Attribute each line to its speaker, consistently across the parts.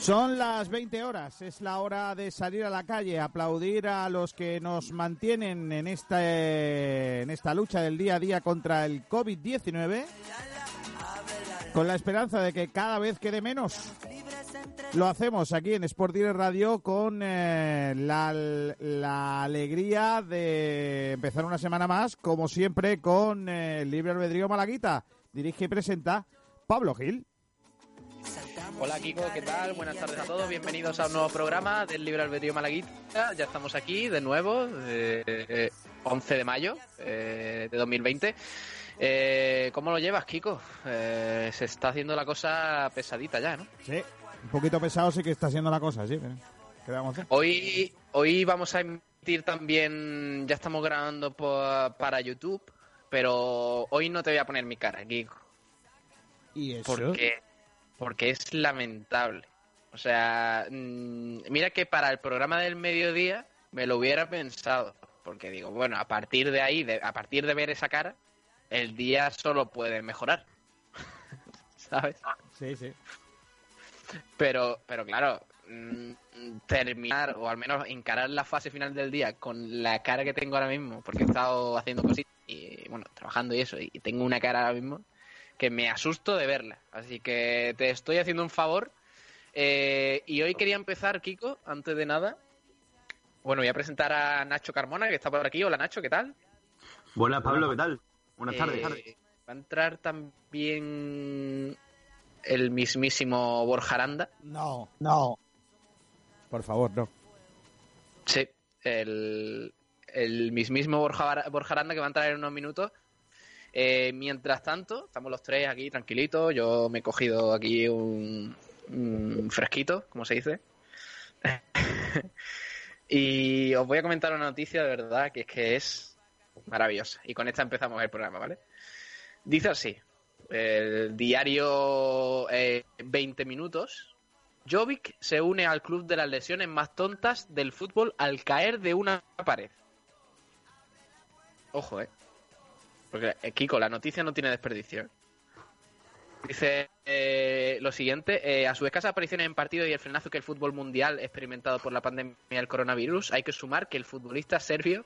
Speaker 1: Son las 20 horas, es la hora de salir a la calle, aplaudir a los que nos mantienen en esta, eh, en esta lucha del día a día contra el COVID-19, con la esperanza de que cada vez quede menos. Lo hacemos aquí en Sport Direct Radio con eh, la, la, alegría de empezar una semana más, como siempre, con eh, Libre Albedrío Malaguita. Dirige y presenta Pablo Gil.
Speaker 2: Hola Kiko, ¿qué tal? Buenas tardes a todos, bienvenidos a un nuevo programa del Libre Albedrío Malaguita. Ya estamos aquí de nuevo, eh, 11 de mayo eh, de 2020. Eh, ¿Cómo lo llevas, Kiko? Eh, se está haciendo la cosa pesadita ya, ¿no?
Speaker 1: Sí, un poquito pesado sí que está haciendo la cosa, sí. ¿Qué vamos a hacer?
Speaker 2: Hoy, hoy vamos a emitir también, ya estamos grabando por, para YouTube, pero hoy no te voy a poner mi cara, Kiko.
Speaker 1: ¿Y eso?
Speaker 2: Porque porque es lamentable. O sea, mmm, mira que para el programa del mediodía me lo hubiera pensado, porque digo, bueno, a partir de ahí, de, a partir de ver esa cara, el día solo puede mejorar. ¿Sabes?
Speaker 1: Sí, sí.
Speaker 2: Pero, pero claro, mmm, terminar o al menos encarar la fase final del día con la cara que tengo ahora mismo, porque he estado haciendo cositas y bueno, trabajando y eso, y tengo una cara ahora mismo, que me asusto de verla. Así que te estoy haciendo un favor. Eh, y hoy quería empezar, Kiko, antes de nada. Bueno, voy a presentar a Nacho Carmona, que está por aquí. Hola, Nacho, ¿qué tal?
Speaker 3: Buenas, Pablo, ¿qué tal? Buenas eh, tardes, tardes.
Speaker 2: Va a entrar también el mismísimo Borja Aranda.
Speaker 1: No, no. Por favor, no.
Speaker 2: Sí, el, el mismísimo Borja, Borja Aranda que va a entrar en unos minutos. Eh, mientras tanto, estamos los tres aquí tranquilitos. Yo me he cogido aquí un, un fresquito, como se dice. y os voy a comentar una noticia de verdad que es que es maravillosa. Y con esta empezamos el programa, ¿vale? Dice así: el diario eh, 20 Minutos. Jovic se une al club de las lesiones más tontas del fútbol al caer de una pared. Ojo, eh. Porque, eh, Kiko, la noticia no tiene desperdicio. eh. Dice eh, lo siguiente, eh, a sus escasas apariciones en partido y el frenazo que el fútbol mundial experimentado por la pandemia del coronavirus, hay que sumar que el futbolista serbio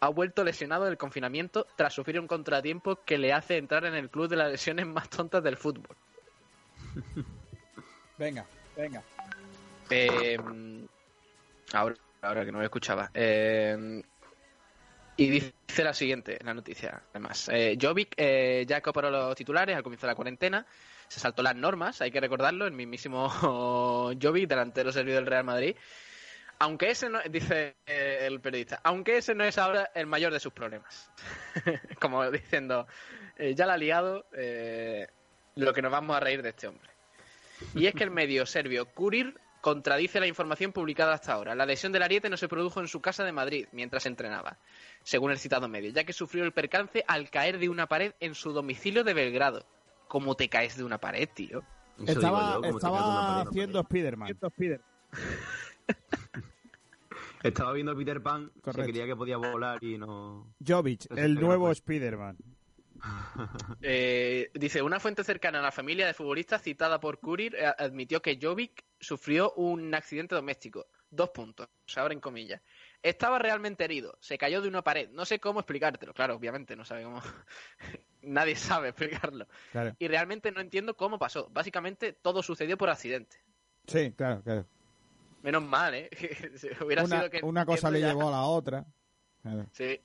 Speaker 2: ha vuelto lesionado del confinamiento tras sufrir un contratiempo que le hace entrar en el club de las lesiones más tontas del fútbol.
Speaker 1: Venga, venga.
Speaker 2: Eh, ahora, ahora que no me escuchaba. Eh, y dice la siguiente, la noticia, además. Eh, Jovic eh, ya cooperó los titulares al comienzo de la cuarentena. Se saltó las normas, hay que recordarlo, el mismísimo Jovic, delantero serbio del Real Madrid. Aunque ese no, dice eh, el periodista, aunque ese no es ahora el mayor de sus problemas. Como diciendo, eh, ya la ha liado, eh, lo que nos vamos a reír de este hombre. Y es que el medio serbio Kurir contradice la información publicada hasta ahora. La lesión del ariete no se produjo en su casa de Madrid mientras entrenaba, según el citado medio, ya que sufrió el percance al caer de una pared en su domicilio de Belgrado. ¿Cómo te caes de una pared, tío?
Speaker 1: Eso estaba, yo, estaba pared, haciendo Spiderman.
Speaker 3: estaba viendo Peter Pan, Correcto. se creía que podía volar y no...
Speaker 1: Jovic, el nuevo Spiderman.
Speaker 2: Eh, dice, una fuente cercana a la familia de futbolistas citada por Kurir eh, admitió que Jovic sufrió un accidente doméstico. Dos puntos, se abren comillas. Estaba realmente herido, se cayó de una pared. No sé cómo explicártelo, claro, obviamente, no sabe cómo. Nadie sabe explicarlo. Claro. Y realmente no entiendo cómo pasó. Básicamente todo sucedió por accidente.
Speaker 1: Sí, claro, claro.
Speaker 2: Menos mal, ¿eh?
Speaker 1: Hubiera una, sido que una cosa le ya... llevó a la otra.
Speaker 2: Claro. Sí.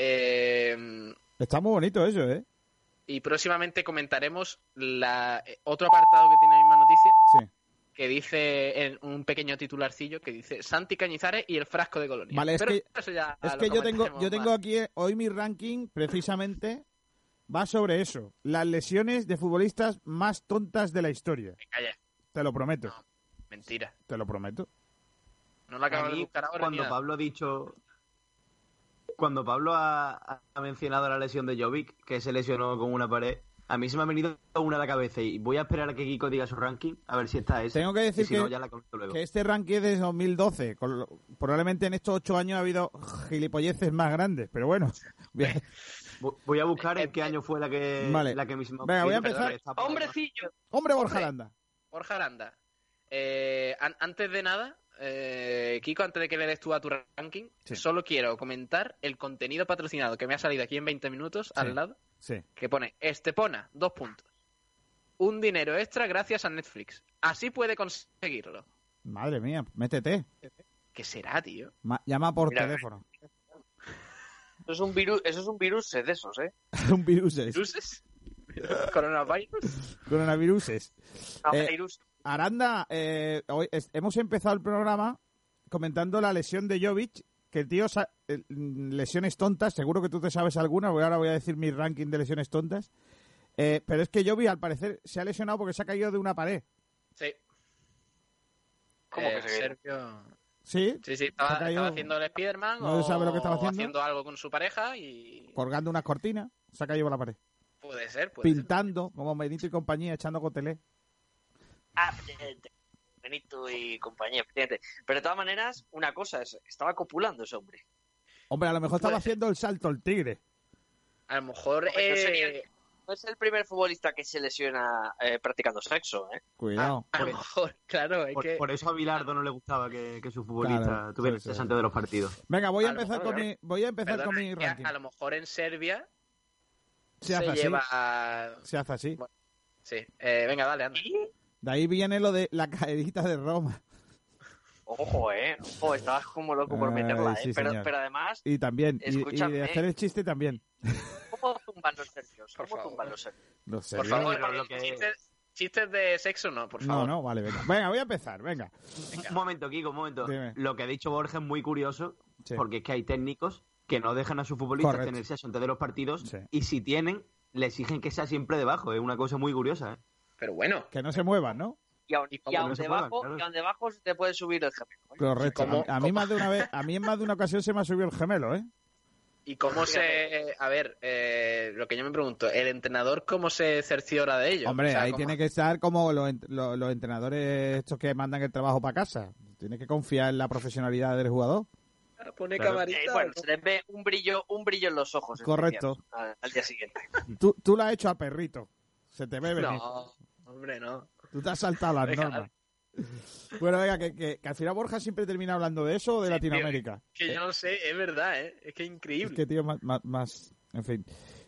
Speaker 2: Eh.
Speaker 1: Está muy bonito eso, ¿eh?
Speaker 2: Y próximamente comentaremos la, eh, otro apartado que tiene la misma noticia.
Speaker 1: Sí.
Speaker 2: Que dice en un pequeño titularcillo que dice Santi Cañizares y el frasco de Colonia.
Speaker 1: Vale, Pero es que, eso ya es que yo tengo, yo tengo aquí eh, hoy mi ranking precisamente va sobre eso. Las lesiones de futbolistas más tontas de la historia.
Speaker 2: Me calla.
Speaker 1: Te lo prometo.
Speaker 2: No, mentira.
Speaker 1: Te lo prometo.
Speaker 2: No la acabo de buscar ahora.
Speaker 3: Cuando Pablo ha dicho cuando Pablo ha, ha mencionado la lesión de Jovic, que se lesionó con una pared, a mí se me ha venido una a la cabeza y voy a esperar a que Kiko diga su ranking, a ver si está ese.
Speaker 1: Tengo que decir
Speaker 3: Y si
Speaker 1: que-
Speaker 3: no, ya la comento luego.
Speaker 1: Que este ranking es de 2012. con lo- probablemente en estos ocho años ha habido gilipolleces más grandes, pero bueno. Bien.
Speaker 3: Vo- Voy a
Speaker 2: Eh,
Speaker 3: buscar en qué año fue la que,
Speaker 1: Vale.
Speaker 3: la que misma.
Speaker 1: Venga, voy a
Speaker 3: Perdón,
Speaker 1: empezar.
Speaker 3: está por ahí, ¿no?
Speaker 2: Hombrecillo,
Speaker 1: Hombre, Borja
Speaker 2: Hombre.
Speaker 1: Landa.
Speaker 2: Borja Aranda. eh, an- antes de nada, eh, Kiko, antes de que le des tú a tu ranking,
Speaker 1: Sí.
Speaker 2: solo quiero comentar el contenido patrocinado que me ha salido aquí en 20 minutos
Speaker 1: Sí.
Speaker 2: al lado,
Speaker 1: Sí.
Speaker 2: que pone Estepona, dos puntos. Un dinero extra gracias a Netflix. Así puede conseguirlo.
Speaker 1: Madre mía, métete.
Speaker 2: ¿Qué será, tío?
Speaker 1: Ma- llama por
Speaker 4: Mira,
Speaker 1: teléfono.
Speaker 4: Eso es un virus, eso es un virus de esos, ¿eh?
Speaker 1: Un virus es.
Speaker 2: ¿Viruses? ¿Coronavirus?
Speaker 1: Coronavirus es.
Speaker 4: Ah,
Speaker 1: Eh,
Speaker 4: virus.
Speaker 1: Aranda, eh, hoy es- hemos empezado el programa comentando la lesión de Jovic, que el tío, sa- eh, lesiones tontas, seguro que tú te sabes alguna, porque ahora voy a decir mi ranking de lesiones tontas. Eh, pero es que Jovic, al parecer, se ha lesionado porque se ha caído de una pared.
Speaker 2: Sí.
Speaker 4: ¿Cómo que
Speaker 2: Eh,
Speaker 4: se ve?
Speaker 2: Sergio-
Speaker 1: ¿sí,
Speaker 2: Sí, sí, estaba,
Speaker 1: Se ha caído-
Speaker 2: estaba haciendo el Spiderman
Speaker 1: No
Speaker 2: o
Speaker 1: se sabe lo que estaba haciendo.
Speaker 2: algo con su pareja y...
Speaker 1: colgando unas cortinas, se ha caído por la pared.
Speaker 2: Puede ser, pues, puede ser.
Speaker 1: Pintando, como Benito y compañía, echando gotelé.
Speaker 4: Ah, eh, Benito y compañía, efectivamente. Pero de todas maneras, una cosa es, estaba copulando ese hombre.
Speaker 1: Hombre, a lo mejor estaba
Speaker 2: Puede ser.
Speaker 1: haciendo el salto el tigre.
Speaker 2: A lo mejor...
Speaker 4: Hombre, no
Speaker 2: eh,
Speaker 4: sería- No es el primer futbolista que se lesiona eh, practicando sexo, ¿eh?
Speaker 1: Cuidado.
Speaker 2: A lo mejor, claro, es
Speaker 3: Por,
Speaker 2: que...
Speaker 3: por eso a Bilardo no le gustaba que, que su futbolista
Speaker 1: Claro,
Speaker 3: tuviera
Speaker 1: sí, sí,
Speaker 3: ese santo de los partidos.
Speaker 1: Venga, voy a,
Speaker 2: a lo
Speaker 1: empezar
Speaker 2: mejor,
Speaker 1: con mi, voy a empezar
Speaker 2: perdona,
Speaker 1: con mi
Speaker 2: que a-
Speaker 1: ranking.
Speaker 2: a lo mejor en Serbia
Speaker 1: Se
Speaker 2: se
Speaker 1: hace así.
Speaker 2: lleva... a-
Speaker 1: Se hace así.
Speaker 2: Sí, eh, venga, dale, anda.
Speaker 1: De ahí viene lo de la caerita de Roma.
Speaker 4: Ojo, ¿eh? Ojo, estabas como loco por
Speaker 1: Ay,
Speaker 4: meterla, ¿eh?
Speaker 1: Ah, sí,
Speaker 4: pero,
Speaker 1: señor.
Speaker 4: pero además,
Speaker 1: Y también. Y, y de
Speaker 4: Escúchame.
Speaker 1: hacer el chiste también.
Speaker 4: ¿cómo zumban los serbios?
Speaker 2: Por
Speaker 4: ¿Cómo
Speaker 2: favor.
Speaker 4: zumban los serbios?
Speaker 1: No sé.
Speaker 2: Por
Speaker 1: yo-
Speaker 2: favor,
Speaker 3: Por lo
Speaker 2: eh,
Speaker 3: que-
Speaker 2: chistes, chistes de sexo no, por
Speaker 1: No,
Speaker 2: favor.
Speaker 1: no, vale, venga. Venga, voy a empezar, venga.
Speaker 3: Un momento, Kiko, un momento.
Speaker 1: Dime.
Speaker 3: Lo que ha dicho Borges es muy curioso,
Speaker 1: Sí.
Speaker 3: porque es que hay técnicos que no dejan a sus futbolistas
Speaker 1: Correcto.
Speaker 3: tenerse a santo de los partidos
Speaker 1: Sí.
Speaker 3: y si tienen, le exigen que sea siempre debajo. Es una cosa muy curiosa. ¿eh?
Speaker 2: Pero bueno,
Speaker 1: Que no se muevan, ¿no?
Speaker 4: Y aún,
Speaker 2: Y
Speaker 4: y
Speaker 2: como
Speaker 4: aun
Speaker 3: no se
Speaker 4: debajo,
Speaker 3: muevan, claro.
Speaker 4: y aun debajo se te puede subir el gemelo. ¿eh?
Speaker 1: Correcto.
Speaker 2: ¿Cómo-
Speaker 1: A, a mí más de una vez, a mí en más de una ocasión se me ha subido el gemelo, ¿eh?
Speaker 2: ¿y cómo se...? A ver, eh, lo que yo me pregunto, ¿el entrenador cómo se cerciora de ello?
Speaker 1: Hombre,
Speaker 2: O sea,
Speaker 1: ahí
Speaker 2: ¿cómo-
Speaker 1: tiene que estar como los, ent- lo- los entrenadores estos que mandan el trabajo para casa. Tiene que confiar en la profesionalidad del jugador.
Speaker 2: Pone
Speaker 3: Claro.
Speaker 2: camarita.
Speaker 4: Eh, bueno,
Speaker 2: ¿no?
Speaker 4: se les ve un brillo, un brillo en los ojos. es
Speaker 1: Correcto.
Speaker 4: decir, Al, al día siguiente.
Speaker 1: Tú, tú lo has hecho a perrito. Se te ve venir.
Speaker 2: No, hombre, no.
Speaker 1: Tú te has saltado las
Speaker 2: Venga,
Speaker 1: normas. Bueno, venga, que, que- que al final Borja siempre termina hablando de eso o de
Speaker 2: Sí,
Speaker 1: Latinoamérica.
Speaker 2: Que yo no sé, es verdad, ¿eh? Es que es
Speaker 1: Es
Speaker 2: increíble.
Speaker 1: que tío, más, más- más- En fin.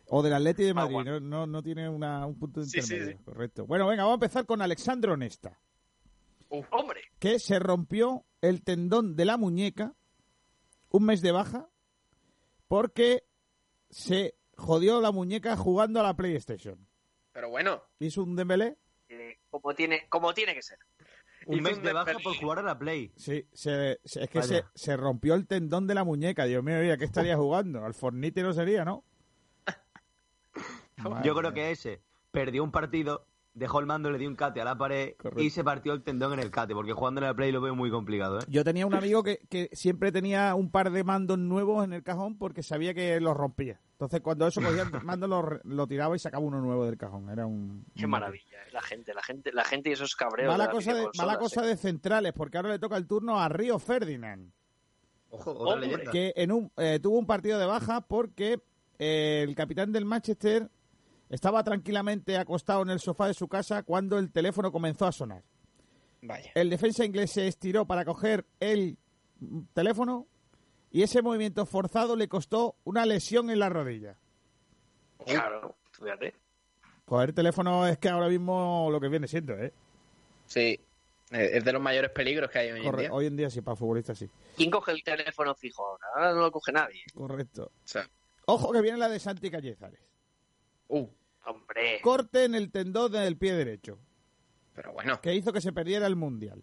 Speaker 1: O del Atleti de
Speaker 4: Ah,
Speaker 1: Madrid. No,
Speaker 4: bueno.
Speaker 1: no, no tiene una- un punto de
Speaker 2: Sí, sí,
Speaker 1: intermedio. Correcto. Bueno, venga, vamos a empezar con Alexandro Honesta,
Speaker 4: Un hombre.
Speaker 1: que se rompió el tendón de la muñeca un mes de baja porque se jodió la muñeca jugando a la PlayStation.
Speaker 2: Pero bueno,
Speaker 1: Hizo un Dembélé
Speaker 4: eh, como, tiene, como tiene que ser.
Speaker 3: Un
Speaker 2: Hizo
Speaker 3: mes
Speaker 2: un
Speaker 3: de baja
Speaker 2: desperdicio.
Speaker 3: por jugar a la Play.
Speaker 1: Sí, se, se- es que se,
Speaker 3: Vaya.
Speaker 1: se rompió el tendón de la muñeca. Dios mío, mira, ¿qué estaría jugando? Al Fornite no sería, ¿no?
Speaker 3: Yo creo que ese perdió un partido, dejó el mando, le dio un cate a la pared
Speaker 1: Correcto.
Speaker 3: y se partió el tendón en el cate, porque jugando en la Play lo veo muy complicado. ¿eh?
Speaker 1: Yo tenía un amigo que, que siempre tenía un par de mandos nuevos en el cajón porque sabía que los rompía. Entonces, cuando eso cogía el mando, lo, re- lo tiraba y sacaba uno nuevo del cajón. Era un.
Speaker 4: Qué
Speaker 1: un-
Speaker 4: maravilla. eh, La gente, la gente, la gente y esos cabreos.
Speaker 1: Mala
Speaker 4: de las
Speaker 1: cosa, de,
Speaker 4: videoconsolas,
Speaker 1: mala cosa
Speaker 4: eh.
Speaker 1: de centrales, porque ahora le toca el turno a Río Ferdinand.
Speaker 3: Ojo, otra
Speaker 4: Hombre.
Speaker 3: leyenda.
Speaker 1: que en un, eh, tuvo un partido de baja porque eh, el capitán del Manchester estaba tranquilamente acostado en el sofá de su casa cuando el teléfono comenzó a sonar.
Speaker 2: vaya.
Speaker 1: El defensa inglés se estiró para coger el mm, teléfono y ese movimiento forzado le costó una lesión en la rodilla.
Speaker 2: Uh,
Speaker 4: Claro, fíjate.
Speaker 1: Coger el teléfono es que ahora mismo lo que viene siendo, ¿eh?
Speaker 2: Sí, eh, es de los mayores peligros que hay hoy en
Speaker 1: Corre-
Speaker 2: día.
Speaker 1: hoy en día sí, para futbolistas sí.
Speaker 4: ¿Quién coge el teléfono fijo ahora? Ahora no lo coge nadie.
Speaker 1: Correcto.
Speaker 2: O sea,
Speaker 1: Ojo que viene la de Santi Callezares.
Speaker 2: uh,
Speaker 4: Hombre.
Speaker 1: Corte en el tendón del pie derecho.
Speaker 2: pero bueno,
Speaker 1: que hizo que se perdiera el Mundial.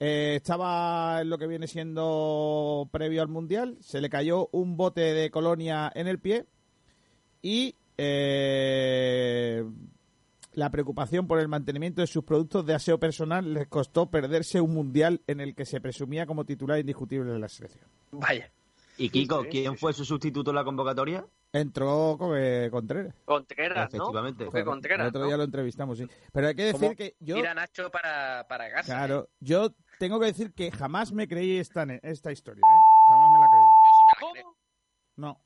Speaker 1: Eh, estaba en lo que viene siendo previo al Mundial, se le cayó un bote de colonia en el pie y eh, la preocupación por el mantenimiento de sus productos de aseo personal les costó perderse un Mundial en el que se presumía como titular indiscutible de la selección.
Speaker 2: vaya.
Speaker 3: Y Kiko, ¿quién fue su sustituto en la convocatoria?
Speaker 1: Entró Kobe Contreras.
Speaker 4: Contreras, ¿no?
Speaker 3: Efectivamente.
Speaker 4: Porque Contreras,
Speaker 1: el otro
Speaker 4: ¿no?
Speaker 1: día lo entrevistamos, sí. Pero hay que decir
Speaker 2: ¿Cómo?
Speaker 1: que yo,
Speaker 2: Ir a Nacho para, para casa. ¿eh?
Speaker 1: claro, yo tengo que decir que jamás me creí esta, ne- esta historia, ¿eh? Jamás me la creí.
Speaker 2: Yo sí me la creo.
Speaker 4: ¿Cómo?
Speaker 1: No,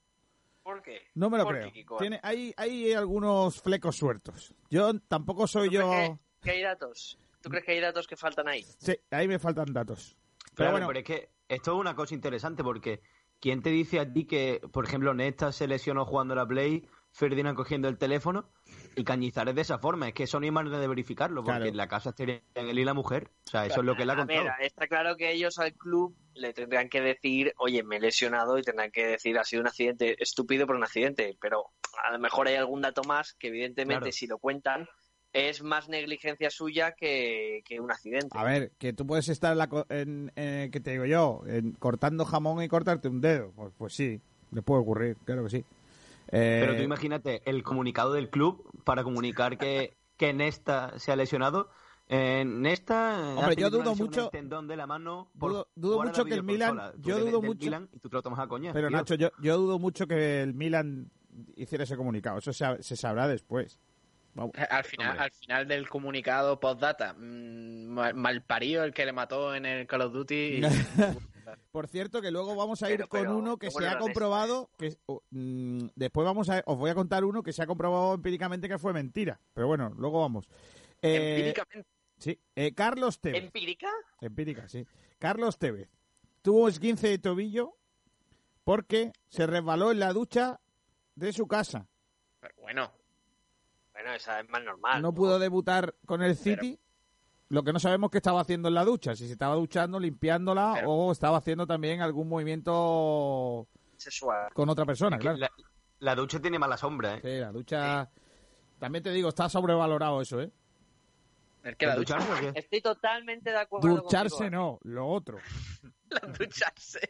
Speaker 4: ¿Por qué?
Speaker 1: no me lo
Speaker 4: ¿Por qué,
Speaker 1: creo.
Speaker 4: Kiko?
Speaker 1: Tiene, hay, hay algunos flecos sueltos. Yo tampoco soy
Speaker 4: ¿Tú
Speaker 1: yo...
Speaker 4: crees que- que hay datos? ¿Tú crees que hay datos que faltan ahí?
Speaker 1: Sí, ahí me faltan datos.
Speaker 3: Pero,
Speaker 1: Pero
Speaker 3: a ver,
Speaker 1: bueno,
Speaker 3: pero es que esto es una cosa interesante porque ¿quién te dice a ti que, por ejemplo, Nesta se lesionó jugando a la Play, Ferdinand cogiendo el teléfono y Cañizares de esa forma? Es que eso no hay manera de verificarlo porque
Speaker 1: Claro.
Speaker 3: en la casa estarían él y la mujer. O sea, eso es lo que él ha
Speaker 4: A
Speaker 3: contado.
Speaker 4: ver, está claro que ellos al club le tendrán que decir, oye, me he lesionado y tendrán que decir, ha sido un accidente estúpido, pero un accidente. Pero a lo mejor hay algún dato más que evidentemente
Speaker 3: Claro.
Speaker 4: si lo cuentan es más negligencia suya que, que un accidente.
Speaker 1: a ver, que tú puedes estar en la co- en, eh, que te digo yo, en- cortando jamón y cortarte un dedo. Pues, pues sí, le puede ocurrir, claro que sí. Eh,
Speaker 3: Pero tú imagínate el comunicado del club para comunicar que, que Nesta se ha lesionado. Eh, Nesta eh, ha
Speaker 1: Hombre, yo
Speaker 3: tenido una
Speaker 1: dudo
Speaker 3: lesión
Speaker 1: mucho-
Speaker 3: en el tendón de la mano por
Speaker 1: Dudo- dudo
Speaker 3: jugar a la
Speaker 1: mucho que el Milan-
Speaker 3: videoconsola. Tú
Speaker 1: yo
Speaker 3: eres
Speaker 1: dudo
Speaker 3: del
Speaker 1: mucho-
Speaker 3: Milan y tú te lo tomas a coña.
Speaker 1: Pero
Speaker 3: tío.
Speaker 1: Nacho, yo, yo dudo mucho que el Milan hiciera ese comunicado. Eso se, se sabrá después. Vamos.
Speaker 2: Al final,
Speaker 3: Hombre.
Speaker 2: al final del comunicado postdata, mm, mal, malparido el que le mató en el Call of Duty.
Speaker 1: Por cierto, que luego vamos a ir
Speaker 4: Pero-
Speaker 1: con
Speaker 4: pero,
Speaker 1: uno que
Speaker 4: qué
Speaker 1: se
Speaker 4: bueno
Speaker 1: ha
Speaker 4: lo de
Speaker 1: comprobado. Que, o, mm, después vamos a, os voy a contar uno que se ha comprobado empíricamente que fue mentira. Pero bueno, luego vamos. Eh,
Speaker 2: Empíricamente.
Speaker 1: sí. Eh, Carlos Tevez.
Speaker 4: ¿Empírica?
Speaker 1: Empírica, sí. Carlos Tevez tuvo esguince de tobillo porque se resbaló en la ducha de su casa.
Speaker 2: Pero Bueno,
Speaker 4: Bueno, esa es más normal.
Speaker 1: no pudo debutar con el City. Lo que no sabemos qué estaba haciendo en la ducha, si se estaba duchando, limpiándola
Speaker 2: Pero-
Speaker 1: o estaba haciendo también algún movimiento
Speaker 4: Sexual.
Speaker 1: con otra persona,
Speaker 3: Que
Speaker 1: claro.
Speaker 3: la, la ducha tiene mala sombra, ¿eh?
Speaker 1: Sí, la ducha. También te digo, está sobrevalorado eso, ¿eh?
Speaker 2: el que la
Speaker 3: ¿El
Speaker 2: ducha.
Speaker 3: ducharse o qué?
Speaker 4: Estoy totalmente de acuerdo.
Speaker 1: Ducharse
Speaker 4: contigo. ¿eh?
Speaker 1: no, lo otro.
Speaker 2: La ducharse.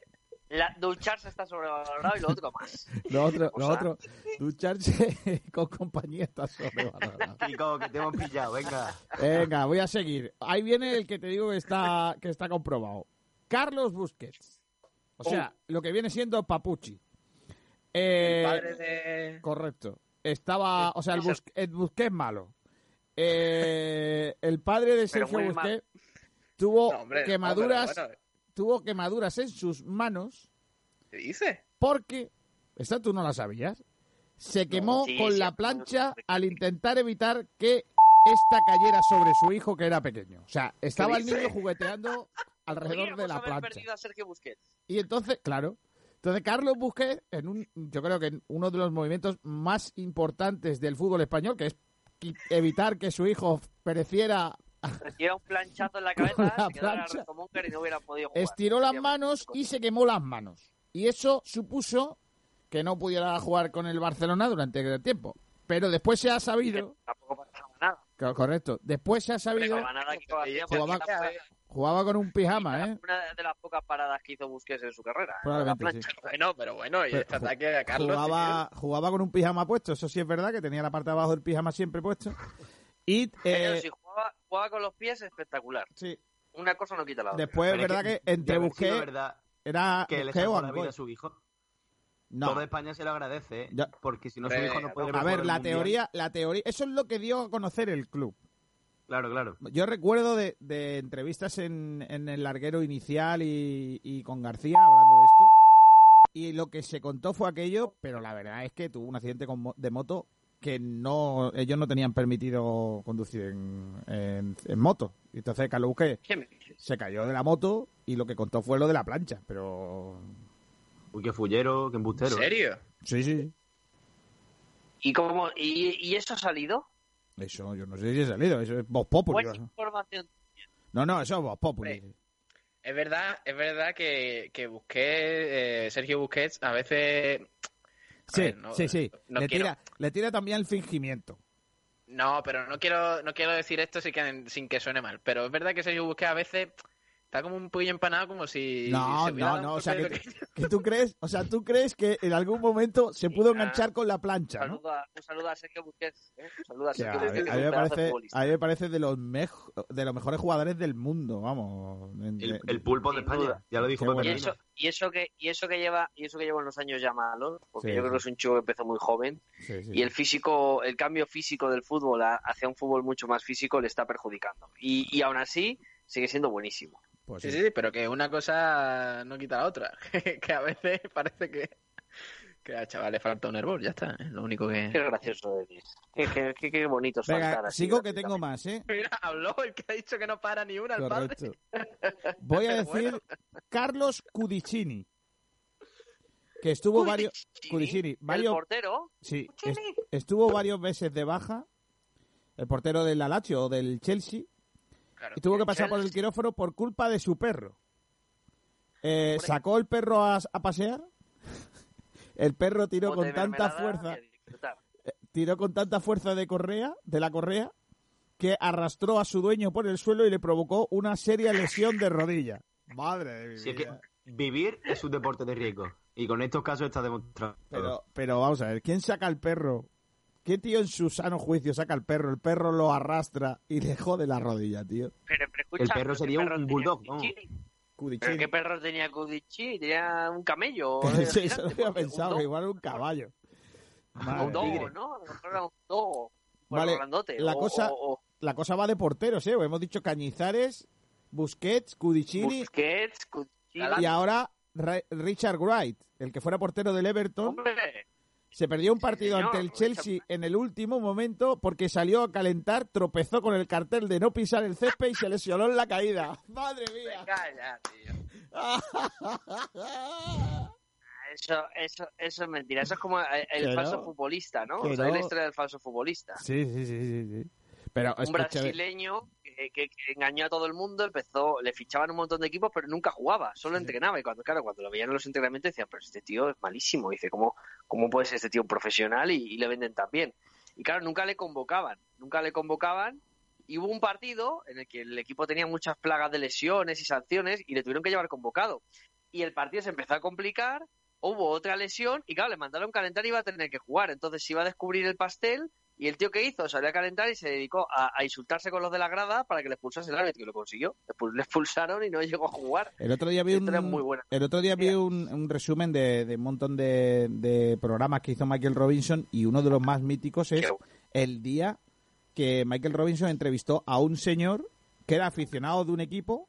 Speaker 4: La- ducharse está sobrevalorado y lo otro más.
Speaker 1: Lo otro,
Speaker 4: O
Speaker 1: lo
Speaker 4: sea-
Speaker 1: otro. Ducharse con compañía está sobrevalorado.
Speaker 3: Kiko, que te hemos pillado, venga.
Speaker 1: Venga, voy a seguir. Ahí viene el que te digo que está, que está comprobado. Carlos Busquets. O sea, lo que viene siendo Papucci. Eh,
Speaker 2: El padre de.
Speaker 1: Correcto. Estaba, o sea, el,
Speaker 4: Ese-
Speaker 1: Busquets Busquets malo. Eh, el padre de Sergio
Speaker 4: muy mal.
Speaker 1: Busquets tuvo
Speaker 2: No, hombre, no,
Speaker 1: quemaduras,
Speaker 2: pero bueno,
Speaker 1: tuvo quemaduras en sus manos
Speaker 2: ¿Qué dice?
Speaker 1: porque, esta tú no la sabías, se quemó
Speaker 4: sí,
Speaker 1: con
Speaker 4: sí,
Speaker 1: la
Speaker 4: sí.
Speaker 1: plancha al intentar evitar que esta cayera sobre su hijo que era pequeño. O sea, estaba el niño jugueteando alrededor de
Speaker 4: Podríamos
Speaker 1: la
Speaker 4: pues haber
Speaker 1: plancha.
Speaker 4: perdido a Sergio Busquets.
Speaker 1: Y entonces, claro, entonces Carlos Busquets, en un, yo creo que en uno de los movimientos más importantes del fútbol español, que es qui- evitar que su hijo pereciera,
Speaker 4: Recibió un planchazo en la
Speaker 1: Con
Speaker 4: cabeza,
Speaker 1: la
Speaker 4: se quedó en la
Speaker 1: plancha.
Speaker 4: Arzomonker y no hubiera podido jugar.
Speaker 1: estiró las
Speaker 4: Sería
Speaker 1: manos y se quemó las manos. Y eso supuso que no pudiera jugar con el Barcelona durante el tiempo. Pero después se ha sabido,
Speaker 4: Tampoco pasaba nada.
Speaker 1: co- correccio, después se ha
Speaker 4: Pero
Speaker 1: sabido,
Speaker 4: para nada Kiko García, porque
Speaker 1: Jugaba-
Speaker 4: esta pues, fue
Speaker 1: jugaba con un pijama, ¿eh?
Speaker 4: Una de las pocas paradas que hizo Busquets en su carrera. ¿eh?
Speaker 1: Probablemente
Speaker 4: La
Speaker 1: sí.
Speaker 4: plancha.
Speaker 2: Bueno, pero bueno, y
Speaker 1: Pero
Speaker 2: este
Speaker 1: ju-
Speaker 2: ataque a Carlos.
Speaker 1: Jugaba, jugaba con un pijama puesto, eso sí es verdad, que tenía la parte de abajo del pijama siempre puesto. Y eh,
Speaker 4: Pero si jugaba, jugaba con los pies, espectacular.
Speaker 1: sí,
Speaker 4: Una cosa no quita la otra.
Speaker 1: después es
Speaker 3: Pero es
Speaker 1: verdad que,
Speaker 3: que
Speaker 1: entre
Speaker 3: de haber sido
Speaker 1: Busquets
Speaker 3: verdad
Speaker 1: era
Speaker 3: que le
Speaker 1: Busquets o
Speaker 3: salvó la vida
Speaker 1: Angoy.
Speaker 3: a su hijo.
Speaker 1: No.
Speaker 3: Toda España se lo agradece, ¿eh?
Speaker 1: Ya.
Speaker 3: porque si no su
Speaker 2: Eh,
Speaker 3: hijo no puede
Speaker 1: A
Speaker 3: jugar
Speaker 1: ver,
Speaker 3: el
Speaker 1: la
Speaker 3: Mundial.
Speaker 1: teoría, la teoría, eso es lo que dio a conocer el club.
Speaker 3: Claro, claro.
Speaker 1: Yo recuerdo de, de entrevistas en, en el larguero inicial y, y con García hablando de esto. Y lo que se contó fue aquello, pero la verdad es que tuvo un accidente con mo- de moto que no ellos no tenían permitido conducir en, en- en moto. Y entonces Carlos Busquets
Speaker 4: ¿Qué me dices?
Speaker 1: se cayó de la moto y lo que contó fue lo de la plancha. Pero.
Speaker 3: Uy, qué fullero, qué
Speaker 2: ¿En
Speaker 3: embustero.
Speaker 2: serio?
Speaker 1: Sí, sí.
Speaker 4: ¿Y, cómo, y, y eso ha salido?
Speaker 1: Eso, yo no sé si he salido. Eso es Voz Populi.
Speaker 4: Buena información.
Speaker 1: No, no, eso es Voz
Speaker 2: Eh,
Speaker 1: Populi.
Speaker 2: Es verdad, es verdad que, que busqué, eh, Sergio Busquets a veces. a
Speaker 1: Sí,
Speaker 2: ver, no-
Speaker 1: sí, sí.
Speaker 2: no
Speaker 1: le,
Speaker 2: quiero-
Speaker 1: tira, le tira también el fingimiento.
Speaker 2: No, pero no quiero, no quiero decir esto sin que, sin que suene mal. Pero es verdad que Sergio Busquets a veces Está como un poquillo empanado, como si.
Speaker 1: No,
Speaker 2: se hubiera
Speaker 1: no,
Speaker 2: dado
Speaker 1: no.
Speaker 2: un
Speaker 1: O sea,
Speaker 2: golpe
Speaker 1: que,
Speaker 2: de-
Speaker 1: que tú crees, o sea, tú crees que en algún momento se pudo
Speaker 4: ah.
Speaker 1: enganchar con la plancha, ¿no?
Speaker 4: Saluda- un saludo a Sergio Busquets. ¿eh? Un saludo a
Speaker 1: O sea,
Speaker 4: Sergio
Speaker 1: a, mí,
Speaker 4: Busquets,
Speaker 1: a
Speaker 4: que
Speaker 1: mí
Speaker 4: es
Speaker 1: me
Speaker 4: un pedazo de
Speaker 1: parece,
Speaker 4: futbolista.
Speaker 1: a mí me parece de los mej- de los mejores jugadores del mundo, vamos. En-
Speaker 3: El,
Speaker 1: de-
Speaker 3: el pulpo de
Speaker 4: Sin
Speaker 3: España,
Speaker 4: duda.
Speaker 3: ya lo dijo
Speaker 1: Qué
Speaker 3: Pepe
Speaker 4: y
Speaker 1: bueno.
Speaker 3: Reina.
Speaker 4: eso, y eso que y eso que lleva y eso que lleva unos años ya malo porque
Speaker 1: Sí.
Speaker 4: yo creo que es un chico que empezó muy joven
Speaker 1: sí, sí.
Speaker 4: y el físico el cambio físico del fútbol a- hacia un fútbol mucho más físico le está perjudicando y, y aún así sigue siendo buenísimo
Speaker 1: Pues
Speaker 2: Sí,
Speaker 1: sí.
Speaker 2: sí, sí, pero que una cosa no quita la otra. que a veces parece que, que al chaval le falta un hervor, ya está. ¿eh? Lo único
Speaker 4: qué
Speaker 2: que.
Speaker 4: gracioso eres qué, qué- qué- qué bonito es faltar
Speaker 1: Venga,
Speaker 4: así,
Speaker 1: sigo que tengo más, ¿eh?
Speaker 2: Mira, habló el que ha dicho que no para ni una al padre.
Speaker 1: Correcto. Voy a
Speaker 2: Pero
Speaker 1: decir
Speaker 2: bueno.
Speaker 1: Carlos Cudicini, que estuvo varios
Speaker 4: Cudicini,
Speaker 1: Cudicini,
Speaker 4: el
Speaker 1: varios
Speaker 4: portero
Speaker 1: sí,
Speaker 4: Cudicini.
Speaker 1: est- estuvo varios meses de baja, el portero del Alacho o del Chelsea,
Speaker 2: Claro.
Speaker 1: y tuvo que pasar por el quirófano por culpa de su perro. Eh, sacó el perro a, a pasear. El perro tiró
Speaker 4: Bote
Speaker 1: con
Speaker 4: de
Speaker 1: tanta
Speaker 4: mermelada
Speaker 1: fuerza,
Speaker 4: y a disfrutar.
Speaker 1: tiró con tanta fuerza de correa, de la correa, que arrastró a su dueño por el suelo y le provocó una seria lesión de rodilla. Madre de mi
Speaker 3: Si es que
Speaker 1: vida.
Speaker 3: vivir es un deporte de riesgo. Y con estos casos está demostrado.
Speaker 1: Pero, pero vamos a ver, ¿quién saca al perro? ¿Qué tío en su sano juicio saca al perro? El perro lo arrastra y le jode la rodilla, tío.
Speaker 4: Pero, pero escucha,
Speaker 3: El perro
Speaker 4: ¿pero qué
Speaker 3: sería un
Speaker 4: perro tenía
Speaker 3: bulldog,
Speaker 4: Cudicini? ¿Pero
Speaker 1: Cudicini.
Speaker 4: qué perro tenía Kudichi? ¿Tenía un camello?
Speaker 1: Sí,
Speaker 4: Era
Speaker 1: Eso lo había
Speaker 4: gigante, porque un
Speaker 1: pensado, que
Speaker 4: dog.
Speaker 1: igual era un caballo. Madre
Speaker 4: un dogo,
Speaker 1: mía.
Speaker 4: ¿no? A lo mejor era un dogo.
Speaker 1: Vale,
Speaker 4: Bueno, grandote,
Speaker 1: la
Speaker 4: o-
Speaker 1: cosa-
Speaker 4: o- o
Speaker 1: La cosa va de porteros, ¿eh? Hemos dicho Cañizares, Busquets, Cudicini
Speaker 4: Busquets, Cuchillo.
Speaker 1: y ahora Ra- Richard Wright, el que fuera portero del Everton.
Speaker 4: Hombre,
Speaker 1: Se perdió un partido
Speaker 4: señor,
Speaker 1: ante el
Speaker 4: Richard
Speaker 1: Chelsea en el último momento porque salió a calentar, tropezó con el cartel de no pisar el césped y se lesionó en la caída. ¡Madre mía!
Speaker 4: calla, tío. Eso, eso, eso es mentira. Eso es como el, el
Speaker 1: Que
Speaker 4: falso
Speaker 1: no.
Speaker 4: futbolista, ¿no?
Speaker 1: Que
Speaker 4: O sea, es la
Speaker 1: no.
Speaker 4: historia del falso futbolista.
Speaker 1: Sí, sí, sí, sí, sí. Pero
Speaker 4: Un
Speaker 1: escúchame,
Speaker 4: brasileño que, que- que engañó a todo el mundo, empezó, le fichaban un montón de equipos, pero nunca jugaba, solo
Speaker 1: Sí.
Speaker 4: entrenaba. Y cuando, claro, cuando lo veían en los entrenamientos decían, pero este tío es malísimo. Dice, ¿cómo, cómo puede ser este tío un profesional y, y le venden tan bien? Y claro, nunca le convocaban, nunca le convocaban. Y hubo un partido en el que el equipo tenía muchas plagas de lesiones y sanciones y le tuvieron que llevar convocado. Y el partido se empezó a complicar, hubo otra lesión y claro, le mandaron calentar y iba a tener que jugar. Entonces se iba a descubrir el pastel y el tío que hizo salió a calentar y se dedicó a, a insultarse con los de la grada para que le expulsase el árbitro y lo consiguió. Le expul- le expulsaron y no llegó a jugar.
Speaker 1: el otro día vi
Speaker 4: Esto era muy
Speaker 1: un,
Speaker 4: buena.
Speaker 1: el otro día vi un, un resumen de, de un montón de, de programas que hizo Michael Robinson y uno de los más míticos es
Speaker 4: Qué
Speaker 1: el día que Michael Robinson entrevistó a un señor que era aficionado de un equipo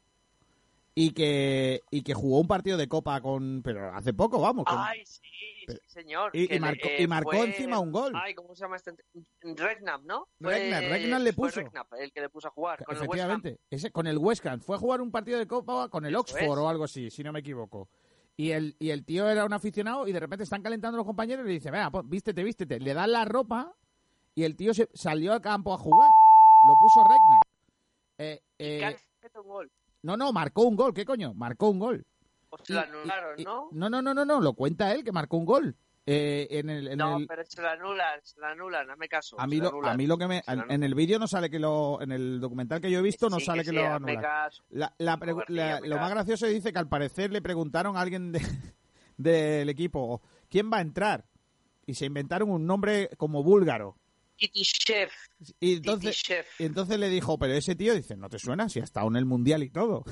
Speaker 1: y que, y que jugó un partido de copa con... pero hace poco, vamos. con-
Speaker 4: Ay, sí, sí, señor.
Speaker 1: y,
Speaker 4: que
Speaker 1: y
Speaker 4: le-
Speaker 1: marcó,
Speaker 4: eh,
Speaker 1: y marcó
Speaker 4: fue-
Speaker 1: encima un gol.
Speaker 4: Ay, ¿cómo se llama este? Regnap, ¿no? Fue-
Speaker 1: Regnap, Regnap le
Speaker 4: fue
Speaker 1: puso.
Speaker 4: Regnap el que le puso a jugar con el West Ham.
Speaker 1: Efectivamente, ese, con el West Ham. Fue a jugar un partido de Copa con el
Speaker 4: Eso
Speaker 1: Oxford
Speaker 4: es.
Speaker 1: o algo así, si no me equivoco. Y el, y el tío era un aficionado y de repente están calentando los compañeros y le dice, venga, pues, vístete, vístete. Le dan la ropa y el tío se, salió al campo a jugar. Lo puso Regna. Eh, eh,
Speaker 4: Y Carlos mete un gol.
Speaker 1: no, no, marcó un gol, ¿qué coño? Marcó un gol.
Speaker 4: O se lo
Speaker 1: Y- y-
Speaker 4: anularon,
Speaker 1: y-
Speaker 4: ¿no?
Speaker 1: No, no, no, no, no, lo cuenta él que marcó un gol. Eh, en el, en
Speaker 4: No,
Speaker 1: el-
Speaker 4: pero se lo anulan, se lo anulan, hazme caso.
Speaker 1: a
Speaker 4: se
Speaker 1: mí lo, a
Speaker 4: anulan.
Speaker 1: mí lo que me...
Speaker 4: Se lo
Speaker 1: En el vídeo no sale que lo... En el documental que yo he visto no
Speaker 4: Sí,
Speaker 1: sale que
Speaker 4: sí,
Speaker 1: lo
Speaker 4: hazme
Speaker 1: anulan.
Speaker 4: caso.
Speaker 1: La- la
Speaker 4: Joder,
Speaker 1: pregu-
Speaker 4: tío,
Speaker 1: la-
Speaker 4: me
Speaker 1: lo
Speaker 4: cago.
Speaker 1: más gracioso dice que al parecer le preguntaron a alguien de- del equipo quién va a entrar y se inventaron un nombre como búlgaro
Speaker 4: Titi Chef,
Speaker 1: y
Speaker 4: Titi
Speaker 1: entonces
Speaker 4: Chef.
Speaker 1: y entonces le dijo pero ese tío dice no te suena si ha estado en el mundial y todo